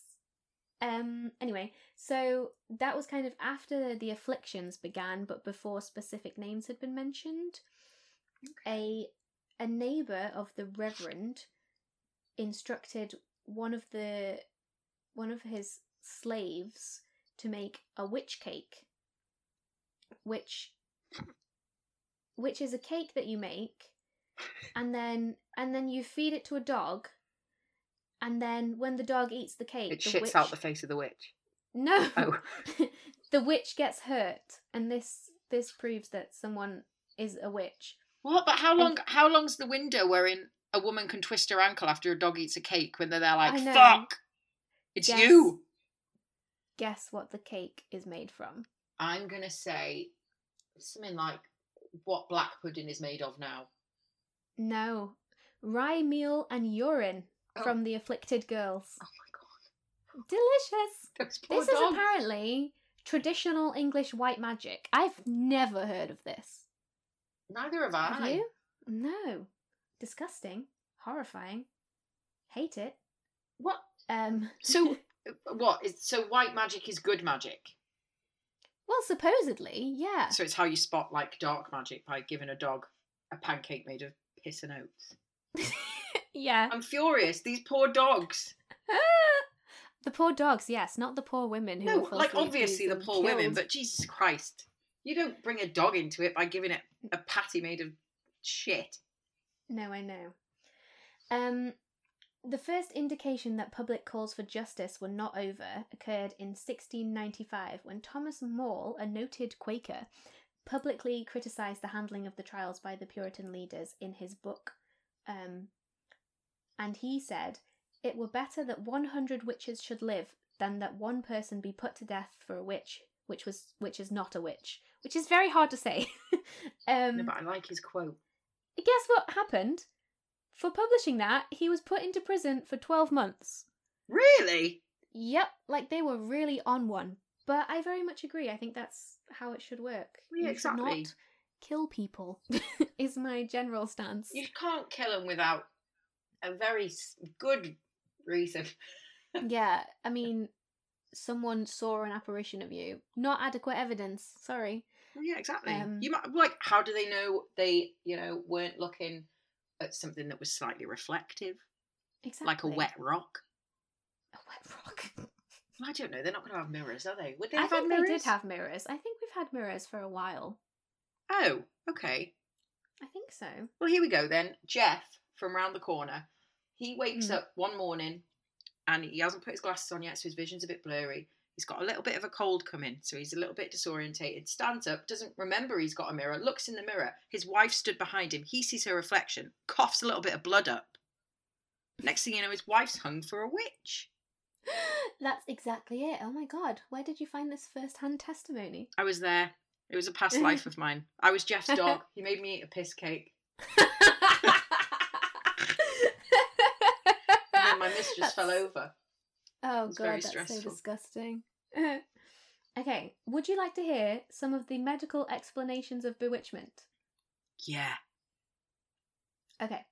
S1: Um anyway, so that was kind of after the afflictions began but before specific names had been mentioned. A a neighbor of the reverend instructed one of the one of his slaves to make a witch cake which which is a cake that you make and then and then you feed it to a dog and then when the dog eats the cake
S2: It
S1: the
S2: shits
S1: witch
S2: out the face of the witch.
S1: no
S2: Oh.
S1: the witch gets hurt and this this proves that someone is a witch
S2: What? But how long? How long's the window wherein a woman can twist her ankle after a dog eats a cake when they're there like,
S1: I know.
S2: "Fuck, it's
S1: Yes.
S2: you."
S1: guess what the cake is made from
S2: I'm gonna say something like, "What black pudding is made of now?"
S1: no rye meal and urine
S2: Oh.
S1: from the afflicted girls
S2: Oh my
S1: delicious
S2: god, those poor
S1: this is
S2: dogs.
S1: apparently traditional english white magic i've never heard of this
S2: Neither have I.
S1: Have you? No. Disgusting. Horrifying. Hate it.
S2: What?
S1: Um
S2: So what is? So white magic is good magic.
S1: well supposedly, yeah.
S2: So it's how you spot like dark magic by giving a dog a pancake made of piss and oats.
S1: yeah.
S2: I'm furious. These poor dogs.
S1: the poor dogs, yes, not the poor women who.
S2: No,
S1: were
S2: like
S1: falsely
S2: obviously the
S1: accused and
S2: poor women,
S1: killed.
S2: but Jesus Christ, you don't bring a dog into it by giving it a patty made of shit.
S1: No, I know. Um, the first indication that public calls for justice were not over occurred in 1695 when Thomas More, a noted Quaker, publicly criticised the handling of the trials by the Puritan leaders in his book. Um, and he said, It were better that 100 witches should live than that one person be put to death for a witch. Which was, which is not a witch, which is very hard to say. um,
S2: No, but I like his quote.
S1: guess what happened? For publishing that, he was put into prison for 12 months.
S2: Really?
S1: Yep, like they were really on one. But I very much agree. I think that's how it should work.
S2: Yeah,
S1: you
S2: exactly.
S1: should not kill people, is my general stance.
S2: You can't kill them without a very s- good reason.
S1: yeah, I mean, someone saw an apparition of you. Not adequate evidence, sorry.
S2: Well, yeah, exactly.
S1: Um,
S2: you might like. How do they know they, you know, weren't looking at something that was slightly reflective,
S1: Exactly.
S2: like a wet rock?
S1: A wet rock.
S2: Well, I don't know. They're not going to have mirrors, are they? Would they
S1: I
S2: have had
S1: think they
S2: mirrors?
S1: did have mirrors. I think we've had mirrors for a while.
S2: Oh, okay.
S1: I think so.
S2: Well, here we go then. Jeff from round the corner, he wakes
S1: Mm.
S2: up one morning and he hasn't put his glasses on yet, so his vision's a bit blurry. He's got a little bit of a cold coming, so he's a little bit disorientated. Stands up, doesn't remember he's got a mirror, looks in the mirror. His wife stood behind him. He sees her reflection, coughs a little bit of blood up. Next thing you know, his wife's hung for a witch.
S1: That's exactly it. Oh my god, where did you find this first hand testimony?
S2: I was there. It was a past life of mine. I was Jeff's dog. He made me eat a piss cake. And then my mistress
S1: That's-
S2: fell over.
S1: Oh
S2: was
S1: god,
S2: very
S1: that's so
S2: stressful.
S1: disgusting. okay, would you like to hear some of the medical explanations of bewitchment?
S2: Yeah.
S1: Okay.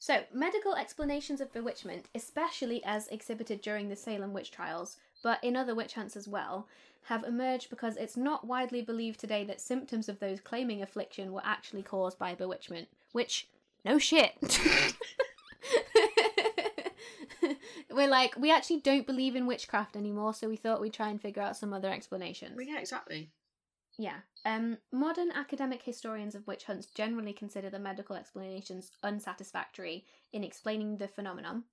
S1: So, medical explanations of bewitchment, especially as exhibited during the Salem witch trials, but in other witch hunts as well, have emerged because it's not widely believed today that symptoms of those claiming affliction were actually caused by bewitchment, which, no shit. We're like, we actually don't believe in witchcraft anymore, so we thought we'd try and figure out some other explanations.
S2: Well, yeah, exactly.
S1: Yeah. Um, modern academic historians of witch hunts generally consider the medical explanations unsatisfactory in explaining the phenomenon.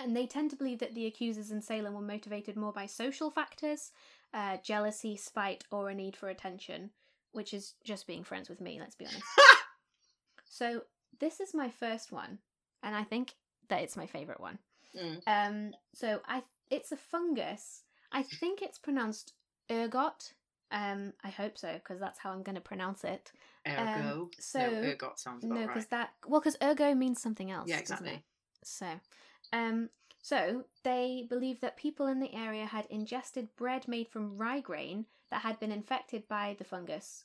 S1: And they tend to believe that the accusers in Salem were motivated more by social factors, uh, jealousy, spite, or a need for attention, which is just being friends with me, let's be honest. so, this is my first one, and I think that it's my favourite one.
S2: Mm.
S1: Um, so, I it's a fungus. I think it's pronounced ergot. Um, I hope so, because that's how I'm going to pronounce it.
S2: Ergo.
S1: Um, so-
S2: no, ergot sounds about
S1: No,
S2: right.
S1: because that well, because ergo means something else.
S2: yeah,
S1: doesn't
S2: exactly.
S1: it? So, um, so they believe that people in the area had ingested bread made from rye grain that had been infected by the fungus,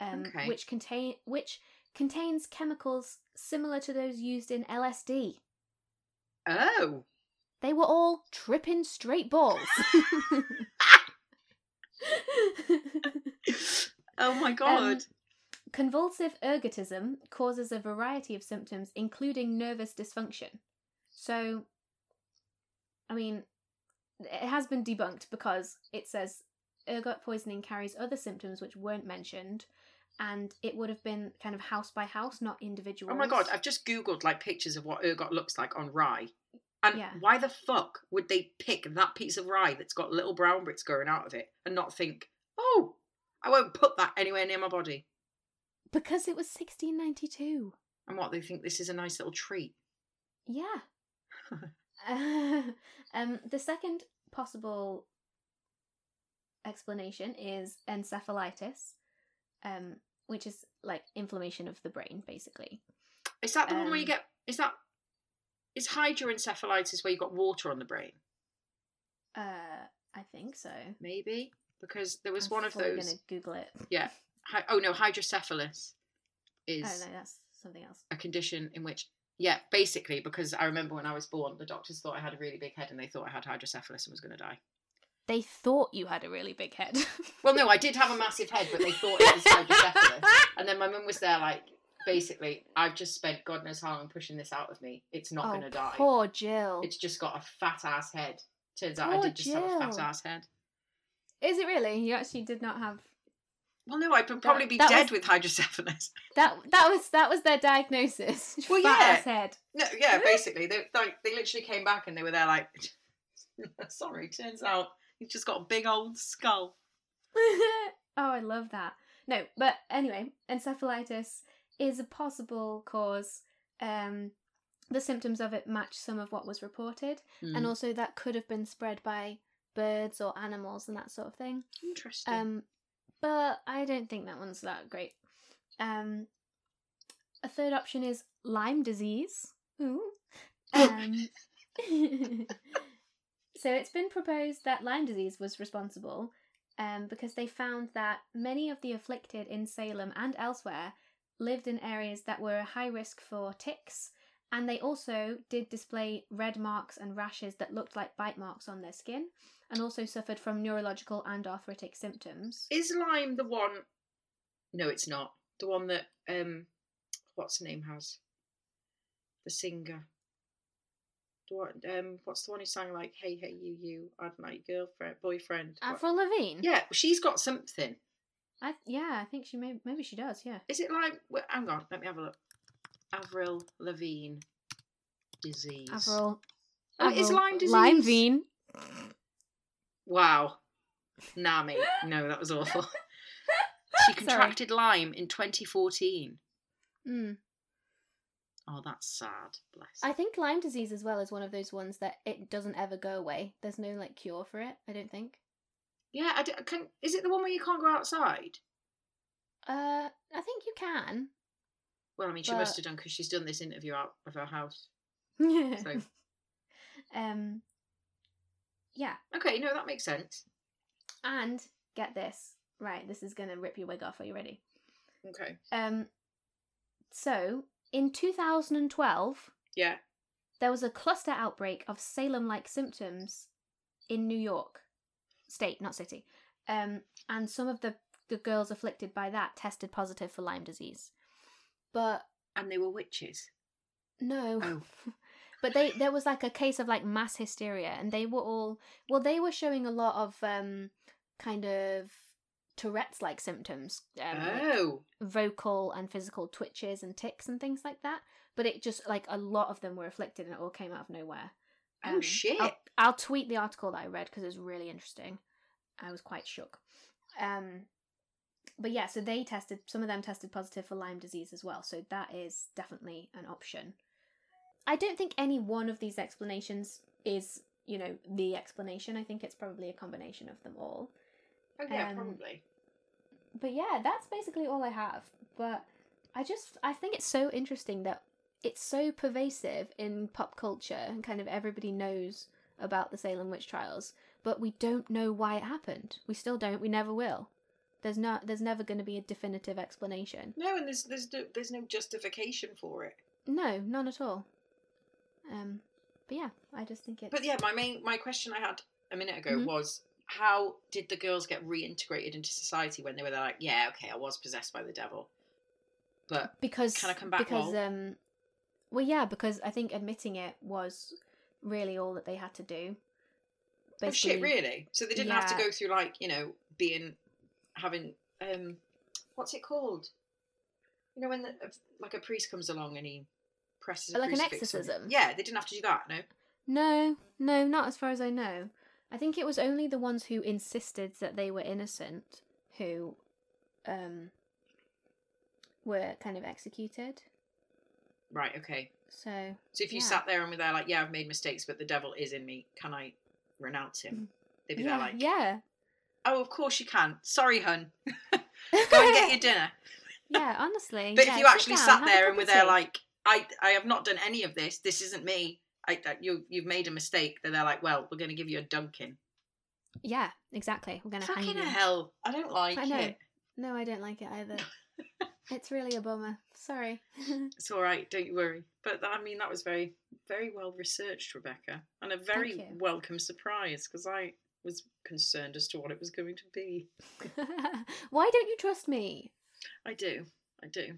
S1: um,
S2: Okay.
S1: which contain which contains chemicals similar to those used in LSD.
S2: Oh,
S1: They were all tripping straight balls.
S2: oh
S1: Um,
S2: my god!
S1: Convulsive ergotism causes a variety of symptoms, including nervous dysfunction. So, I mean, it has been debunked because it says ergot poisoning carries other symptoms which weren't mentioned, and it would have been kind of house by house, not individual.
S2: oh my god! I've just googled like pictures of what ergot looks like on rye, and
S1: Yeah.
S2: why the fuck would they pick that piece of rye that's got little brown bits growing out of it and not think, oh, I won't put that anywhere near my body?
S1: Because it was 1692.
S2: And what they think this is a nice little treat.
S1: Yeah. um, the second possible explanation is encephalitis, um, which is like inflammation of the brain, basically.
S2: Is that the one where you
S1: Um,
S2: get? Is that? Is hydroencephalitis where you got water on the brain?
S1: Uh, I think so.
S2: Maybe because there was
S1: I'm
S2: one of
S1: fully
S2: those.
S1: Gonna Google it.
S2: Hy- oh no, hydrocephalus is.
S1: Oh no, that's something else.
S2: a condition in which yeah basically because i remember when i was born the doctors thought i had a really big head and they thought i had hydrocephalus and was going to die
S1: They thought you had a really big head.
S2: well no i did have a massive head but they thought it was hydrocephalus and then my mum was there like basically, I've just spent God knows how long pushing this out of me. It's not
S1: oh,
S2: going to die.
S1: Poor Jill.
S2: It's just got a fat ass head. Turns out I
S1: Poor
S2: did just have a fat
S1: Jill.
S2: ass head.
S1: Is it really? You actually did not have
S2: Well, no, I'd probably be
S1: that
S2: dead
S1: was-
S2: with hydrocephalus.
S1: that. That was that was their diagnosis.
S2: Well,
S1: Fat
S2: yeah.
S1: ass head.
S2: No, yeah,
S1: Really?
S2: basically, they like, they literally came back and they were there like, sorry, turns out you've just got a big old skull.
S1: oh, I love that. No, but anyway, encephalitis is a possible cause. Um, the symptoms of it match some of what was reported,
S2: Mm.
S1: and also that could have been spread by birds or animals and that sort of thing.
S2: Interesting.
S1: Um, but I don't think that one's that great. Um, a third option is Lyme disease. Ooh. Um, so it's been proposed that Lyme disease was responsible um, because they found that many of the afflicted in Salem and elsewhere lived in areas that were high risk for ticks. And they also did display red marks and rashes that looked like bite marks on their skin, and also suffered from neurological and arthritic symptoms.
S2: Is Lyme the one? No, it's not the one that um, what's her name has, the singer. The one, um, what's the one who sang like "Hey, hey, you, you, I'd my girlfriend, boyfriend"? what-
S1: Avril Lavigne.
S2: Yeah, she's got something.
S1: I yeah, I think she may maybe she does. Yeah.
S2: Is it like? Wait, hang on, let me have a look. Avril Lavigne disease.
S1: Avril.
S2: Oh, it is
S1: Avril-
S2: Lyme disease.
S1: Lyme vein.
S2: Wow. Nah, mate. No, that was awful. She contracted Lyme in 2014.
S1: Mm.
S2: Oh, that's sad. Bless.
S1: I think Lyme disease as well is one of those ones that it doesn't ever go away. There's no like cure for it. I don't think.
S2: Yeah, I d- can, is it the one where you can't go outside?
S1: Uh, I think you can.
S2: Well, I mean, she
S1: But-
S2: must have done because she's done this interview out of her house. So,
S1: um. Yeah,
S2: okay, no, that makes sense.
S1: and get this right. This is gonna rip your wig off. Are you ready?
S2: Okay,
S1: Um. So in 2012,
S2: yeah.
S1: there was a cluster outbreak of Salem like symptoms in New York state, not city. Um, and some of the, the girls afflicted by that tested positive for Lyme disease. But
S2: And they were witches.
S1: no.
S2: Oh.
S1: but they there was like a case of like mass hysteria and they were all well they were showing a lot of um kind of Tourette's like symptoms. Um, like
S2: oh,
S1: vocal and physical twitches and ticks and things like that. But it just like a lot of them were afflicted and it all came out of nowhere. Um,
S2: Oh, shit.
S1: I'll, I'll tweet the article that I read because it's really interesting. I was quite shook. Um, but yeah, so they tested. Some of them tested positive for Lyme disease as well. So that is definitely an option. I don't think any one of these explanations is, you know, the explanation. I think it's probably a combination of them all
S2: oh yeah,
S1: um,
S2: probably.
S1: but yeah, that's basically all I have. But I just I think it's so interesting that it's so pervasive in pop culture and kind of everybody knows about the Salem witch trials, but we don't know why it happened. We still don't. We never will. There's not there's never going to be a definitive explanation.
S2: No, and there's there's no, there's no justification for it.
S1: No, none at all. Um but yeah, I just think it's
S2: But yeah, my main my question I had a minute ago
S1: Mhm.
S2: was how did the girls get reintegrated into society when they were there like, yeah, okay, I was possessed by the devil, but
S1: because
S2: Can I come back,
S1: because
S2: Mole?
S1: um well yeah because i think admitting it was really all that they had to do
S2: oh shit, really? So they didn't have to
S1: Yeah.
S2: go through like you know being having um, what's it called? You know when the, like a priest comes along and he presses a
S1: Oh, like an
S2: crucifix on you.
S1: exorcism?
S2: Yeah, they didn't have to do that. No.
S1: no no not as far as i know i think it was only the ones who insisted that they were innocent who um were kind of executed
S2: Right. Okay.
S1: so
S2: So if you
S1: Yeah.
S2: sat there and were there like, yeah, I've made mistakes, but the devil is in me. Can I renounce him? They'd be
S1: Mm. yeah,
S2: there like,
S1: yeah
S2: oh, of course you can. Sorry, hun. Go and get your dinner.
S1: yeah honestly
S2: But
S1: yeah,
S2: if you
S1: sit
S2: actually
S1: down,
S2: sat
S1: have a
S2: there
S1: cup
S2: and were
S1: of
S2: there
S1: tea.
S2: like, I, I have not done any of this. This isn't me. I, I, you, you've made a mistake. Then they're like, well, we're going to give you a dunking.
S1: yeah exactly we're gonna hang
S2: Fucking
S1: you
S2: hell. I don't like
S1: I know.
S2: it.
S1: No, I don't like it either. it's really a bummer. Sorry.
S2: It's all right. Don't you worry. But I mean, that was very, very well researched, Rebecca. And a very
S1: you.
S2: welcome surprise because I was concerned as to what it was going to be.
S1: Why don't you trust me?
S2: I do. I do.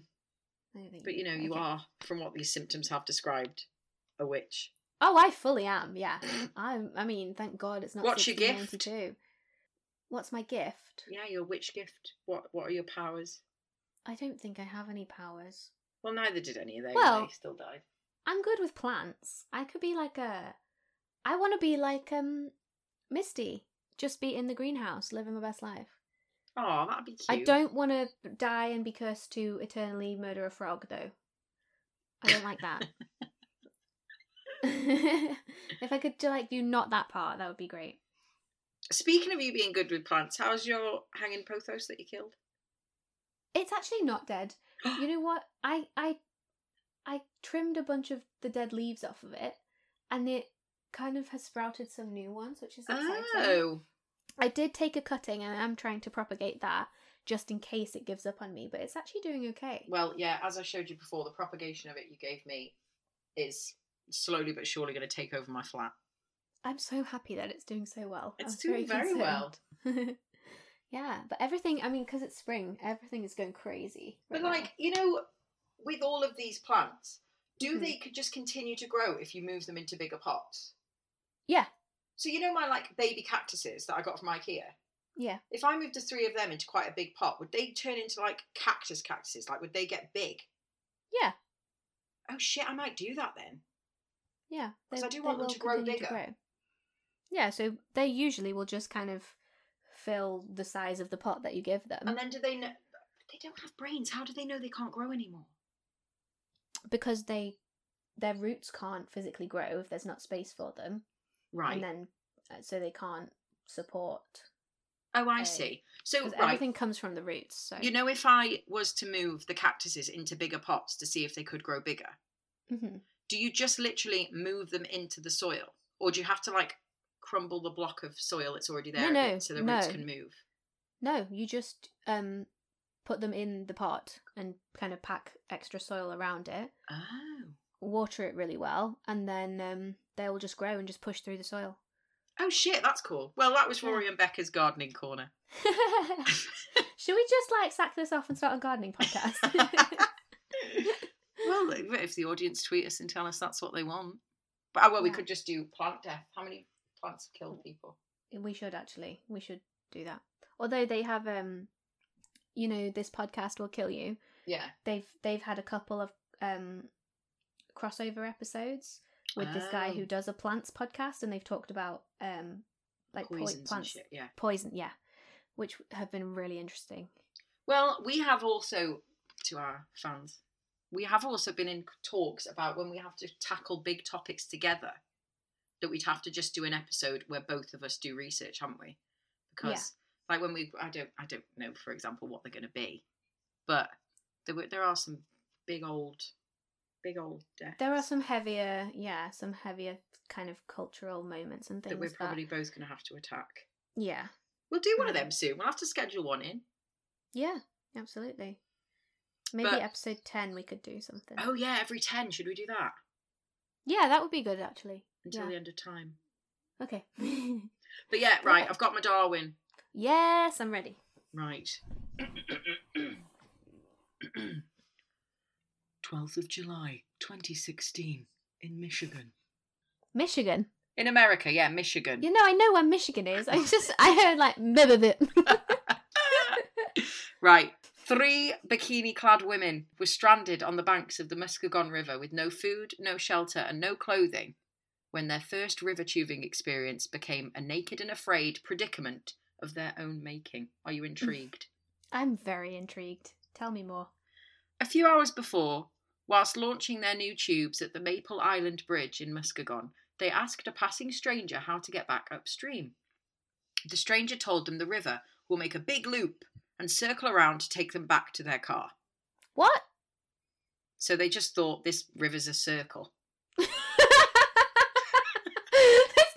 S1: I don't think
S2: But you know, you
S1: okay.
S2: are, from what these symptoms have described, a witch.
S1: Oh, I fully am. Yeah, I'm. I mean, thank God it's not.
S2: What's your gift?
S1: 1692. What's my gift?
S2: Yeah, your witch gift. What What are your powers?
S1: I don't think I have any powers.
S2: Well, neither did any of they.
S1: Well-
S2: they still died.
S1: I'm good with plants. I could be like a. I want to be like um, Misty. Just be in the greenhouse, living my best life.
S2: Oh, that'd be cute.
S1: I don't want to die and be cursed to eternally murder a frog, though. I don't like that. if I could do like do not that part, that would be great.
S2: Speaking of you being good with plants, how's your hanging pothos that you killed?
S1: It's actually not dead. you know what? I I I trimmed a bunch of the dead leaves off of it, and it kind of has sprouted some new ones, which is exciting.
S2: oh,
S1: I did take a cutting, and I'm trying to propagate that just in case it gives up on me. But it's actually doing okay.
S2: well, yeah. As I showed you before, the propagation of it you gave me is slowly but surely going to take over my flat.
S1: I'm so happy that it's doing so well.
S2: It's
S1: I'm
S2: doing very well.
S1: concerned. yeah, but everything. I mean, because it's spring, everything is going crazy.
S2: But
S1: right now.
S2: like you know, with all of these plants, do
S1: Mhm.
S2: they could just continue to grow if you move them into bigger pots?
S1: Yeah.
S2: So you know my like baby cactuses that I got from IKEA.
S1: yeah,
S2: If I moved the three of them into quite a big pot, would they turn into like cactus cactuses? Like, would they get big?
S1: Yeah.
S2: Oh shit! I might do that then.
S1: yeah.
S2: 'Cause I do want them
S1: will
S2: to grow
S1: continue
S2: bigger.
S1: Yeah, so they usually will just kind of fill the size of the pot that you give them
S2: And then do they know? They don't have brains. How do they know they can't grow anymore?
S1: because they their roots can't physically grow if there's not space for them,
S2: Right.
S1: and then uh, so they can't support.
S2: oh, I
S1: uh,
S2: see. So
S1: Because
S2: right.
S1: everything comes from the roots. So
S2: You know, if I was to move the cactuses into bigger pots to see if they could grow bigger,
S1: Mhm.
S2: do you just literally move them into the soil or do you have to like crumble the block of soil that's already there
S1: No,
S2: a
S1: no,
S2: bit so the roots
S1: no.
S2: can move
S1: No, you just um put them in the pot and kind of pack extra soil around it,
S2: oh
S1: water it really well, and then um they will just grow and just push through the soil.
S2: oh shit that's cool well that was
S1: Yeah.
S2: rory and becca's gardening corner
S1: Should we just like sack this off and start a gardening podcast?
S2: well if the audience tweet us and tell us that's what they want but oh, well we
S1: Yeah.
S2: could just do plant death how many plants have killed people
S1: we should actually. We should do that. Although they have um you know, this podcast will kill you.
S2: yeah
S1: They've they've had a couple of um crossover episodes with this guy
S2: Oh.
S1: who does a plants podcast and they've talked about um like poi-
S2: poisons and
S1: plants
S2: shit yeah
S1: poison, yeah. Which have been really interesting.
S2: Well, we have also, to our fans, we have also been in talks about when we have to tackle big topics together, that we'd have to just do an episode where both of us do research, haven't we? Because like when we, I don't, I don't know, for example, what they're going to be, but there were, there are some big old, big old deaths
S1: There are some heavier, yeah, some heavier kind of cultural moments and things
S2: that we're probably both going to have to attack.
S1: yeah.
S2: We'll do one of
S1: Mm.
S2: them soon. We'll have to schedule one in.
S1: Yeah, absolutely. Maybe
S2: But-
S1: episode 10 we could do something.
S2: Oh yeah, every ten. Should we do that
S1: Yeah, that would be good actually.
S2: until
S1: Yeah.
S2: the end of time?
S1: Okay.
S2: But yeah, right.
S1: Okay.
S2: I've got my Darwin.
S1: yes, I'm ready.
S2: Right. 12th of July, 2016, in Michigan.
S1: Michigan.
S2: In America, yeah, Michigan.
S1: You know, I know where Michigan is. I just, I heard like, blah, blah, blah.
S2: right. Three bikini clad women were stranded on the banks of the Muskegon River with no food, no shelter, and no clothing when their first river tubing experience became a naked and afraid predicament of their own making. Are you intrigued?
S1: I'm very intrigued. Tell me more.
S2: A few hours before, whilst launching their new tubes at the Maple Island Bridge in Muskegon, they asked a passing stranger how to get back upstream. The stranger told them the river will make a big loop and circle around to take them back to their car.
S1: What?
S2: So they just thought this river's a circle.
S1: it's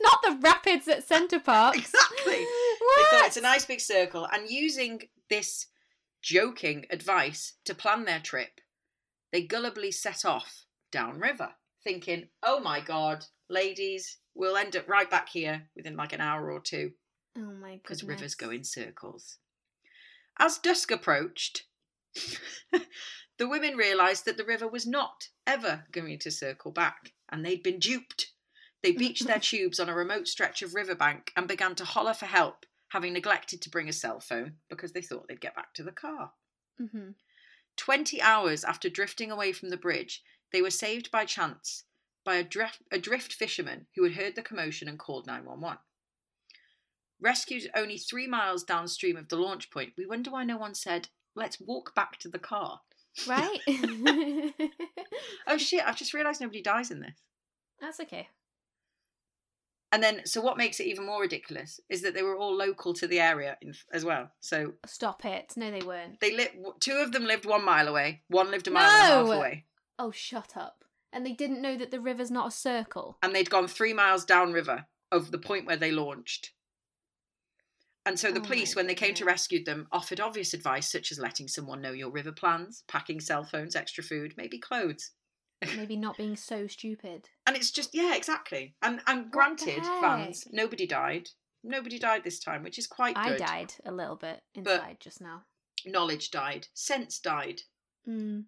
S1: not the rapids at Centre Park.
S2: Exactly. They
S1: What?
S2: thought it's a nice big circle, and using this joking advice to plan their trip, they gullibly set off downriver, thinking, oh my god, ladies, we'll end up right back here within like an hour or two
S1: oh my god.
S2: because rivers go in circles. As dusk approached, The women realised that the river was not ever going to circle back, and they'd been duped. They beached their tubes on a remote stretch of riverbank and began to holler for help, having neglected to bring a cell phone because they thought they'd get back to the car.
S1: Mm-hmm.
S2: 20 hours after drifting away from the bridge, they were saved by chance by a drift, a drift fisherman who had heard the commotion and called 911. Rescued only three miles downstream of the launch point, we wonder why no one said, Let's walk back to the car.
S1: Right?
S2: Oh shit, I've just realised nobody dies in this.
S1: That's okay.
S2: And then, so what makes it even more ridiculous is that they were all local to the area in, as well. So
S1: Stop it. No, they weren't.
S2: they lived, two of them lived one mile away, one lived a mile and a
S1: No!
S2: half away.
S1: Oh, shut up. And they didn't know that the river's not a circle.
S2: and they'd gone three miles downriver of the point where they launched. And so the
S1: Oh my
S2: police, when they came to
S1: goodness.
S2: rescue them, offered obvious advice such as letting someone know your river plans, packing cell phones, extra food, maybe clothes.
S1: Maybe not being so stupid.
S2: And it's just yeah, exactly. And and
S1: the
S2: granted,
S1: heck?
S2: fans, nobody died. Nobody died this time, which is quite
S1: I
S2: good.
S1: died a little bit inside just now.
S2: Knowledge died. Sense died.
S1: Mm,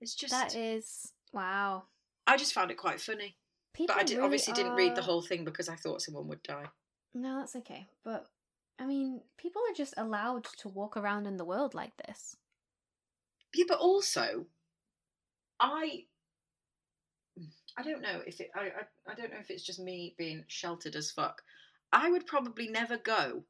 S2: It's just
S1: that is. Wow.
S2: I just found it quite funny.
S1: People
S2: But I did,
S1: really
S2: obviously didn't read the
S1: are-
S2: whole thing because I thought someone would die.
S1: No, that's okay. But, I mean, people are just allowed to walk around in the world like this.
S2: Yeah, but also, I, I don't know if it. I, I, I don't know if it's just me being sheltered as fuck. I would probably never go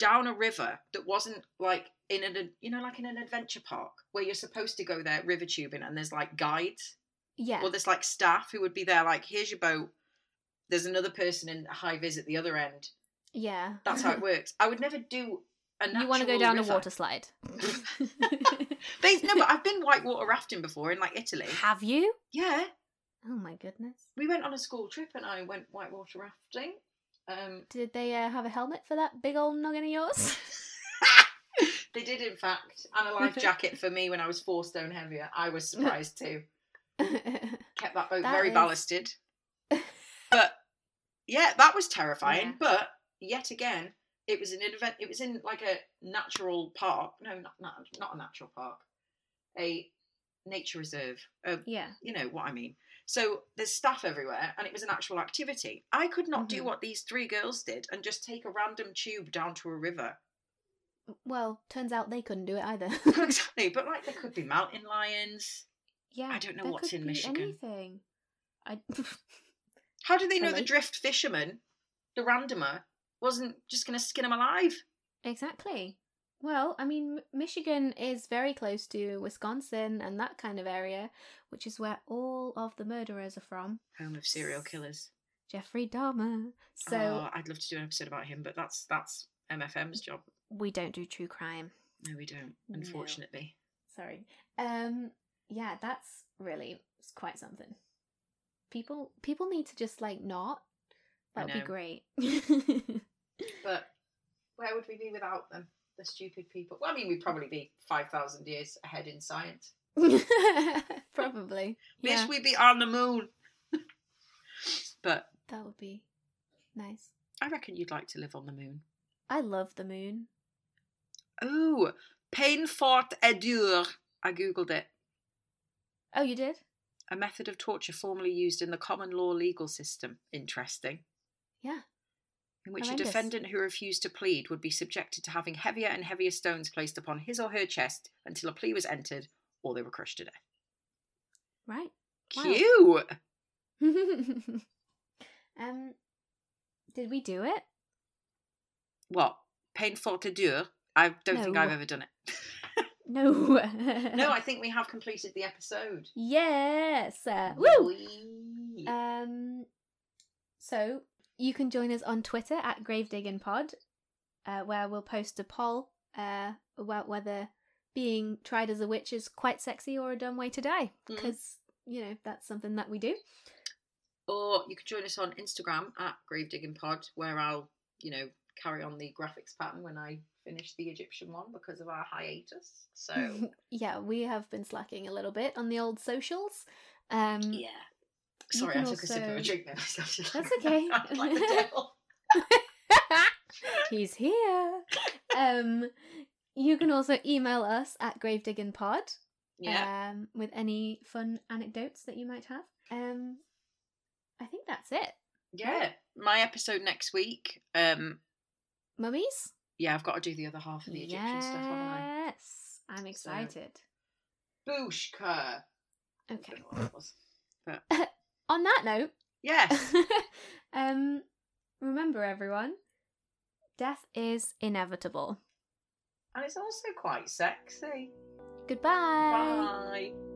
S2: down a river that wasn't like in an, you know, like in an adventure park where you're supposed to go there river tubing and there's like guides
S1: Yeah.
S2: or there's like staff who would be there like, here's your boat. There's another person in a high vis at the other end.
S1: yeah.
S2: That's how it works. I would never do a natural
S1: You want to go down
S2: river.
S1: a water slide.
S2: They, no, but I've been whitewater rafting before in like Italy.
S1: Have you?
S2: Yeah,
S1: Oh my goodness.
S2: we went on a school trip and I went whitewater rafting. Um,
S1: Did they uh, have a helmet for that big old noggin of yours?
S2: they did, in fact, and a life jacket for me when I was four stone heavier. I was surprised too. Kept that boat
S1: That
S2: very
S1: is-
S2: ballasted. But yeah, that was terrifying.
S1: Yeah.
S2: But yet again, it was an event. It was in like a natural park. No, not not, not a natural park. A nature reserve. A
S1: yeah.
S2: you know what I mean. So there's staff everywhere, and it was an actual activity. I could not do
S1: Mhm.
S2: what these three girls did and just take a random tube down to a river.
S1: Well, turns out they couldn't do it either.
S2: exactly, but like there could be mountain lions.
S1: yeah.
S2: I don't know
S1: there
S2: what's
S1: could be
S2: in Michigan.
S1: Anything. I.
S2: How do they know
S1: A
S2: the
S1: lake.
S2: drift fisherman, the randomer, wasn't just going to skin him alive?
S1: exactly. Well, I mean, M- Michigan is very close to Wisconsin and that kind of area, which is where all of the murderers are from.
S2: Home of serial killers.
S1: Jeffrey Dahmer. So
S2: oh, I'd love to do an episode about him, but that's that's MFM's job.
S1: we don't do true crime.
S2: No, we don't,
S1: No.
S2: unfortunately.
S1: Sorry. Um yeah, that's really it's quite something. People people need to just like not.
S2: I
S1: That would be
S2: know.
S1: great.
S2: But where would we be without them? The stupid people. Well, I mean, we'd probably be five thousand years ahead in science.
S1: Probably.
S2: Wish
S1: Yeah,
S2: we'd be on the moon. but
S1: that would be nice.
S2: I reckon you'd like to live on the moon.
S1: I love the moon.
S2: Oh, Painfort Edur. I googled it.
S1: Oh, you did?
S2: A method of torture formerly used in the common law legal system. Interesting.
S1: Yeah.
S2: In which
S1: Horrendous.
S2: a defendant who refused to plead would be subjected to having heavier and heavier stones placed upon his or her chest until a plea was entered or they were crushed to death.
S1: Right. Wow.
S2: Cute!
S1: um did we do it?
S2: What? Painfort Edur? I don't think I've
S1: No.
S2: ever done it.
S1: No.
S2: no, I think we have completed the episode.
S1: Yes. Uh, woo.
S2: Wee.
S1: Um, so you can join us on Twitter at GravedigginPod, uh, where we'll post a poll uh, about whether being tried as a witch is quite sexy or a dumb way to die,
S2: Mhm.
S1: because you know that's something that we do.
S2: or you can join us on Instagram at GravedigginPod, where I'll, you know, carry on the graphics pattern when I finish the Egyptian one because of our hiatus. So
S1: yeah, we have been slacking a little bit on the old socials. Um,
S2: yeah. Sorry, I
S1: can
S2: took a sip of a
S1: also-
S2: drink there myself.
S1: That's okay.
S2: like the devil.
S1: He's here. um, you can also email us at gravedigginpod
S2: Yeah.
S1: um, with any fun anecdotes that you might have. Um, I think that's it.
S2: yeah. My episode next week. Um,
S1: Mummies?
S2: yeah, I've got to do the other half of the Egyptian stuff, haven't I?
S1: Yes. I'm excited.
S2: Booshka. I
S1: Okay.
S2: don't know what that was.
S1: On that note,
S2: Yes.
S1: um, remember everyone, death is inevitable.
S2: and it's also quite sexy.
S1: Goodbye.
S2: Bye.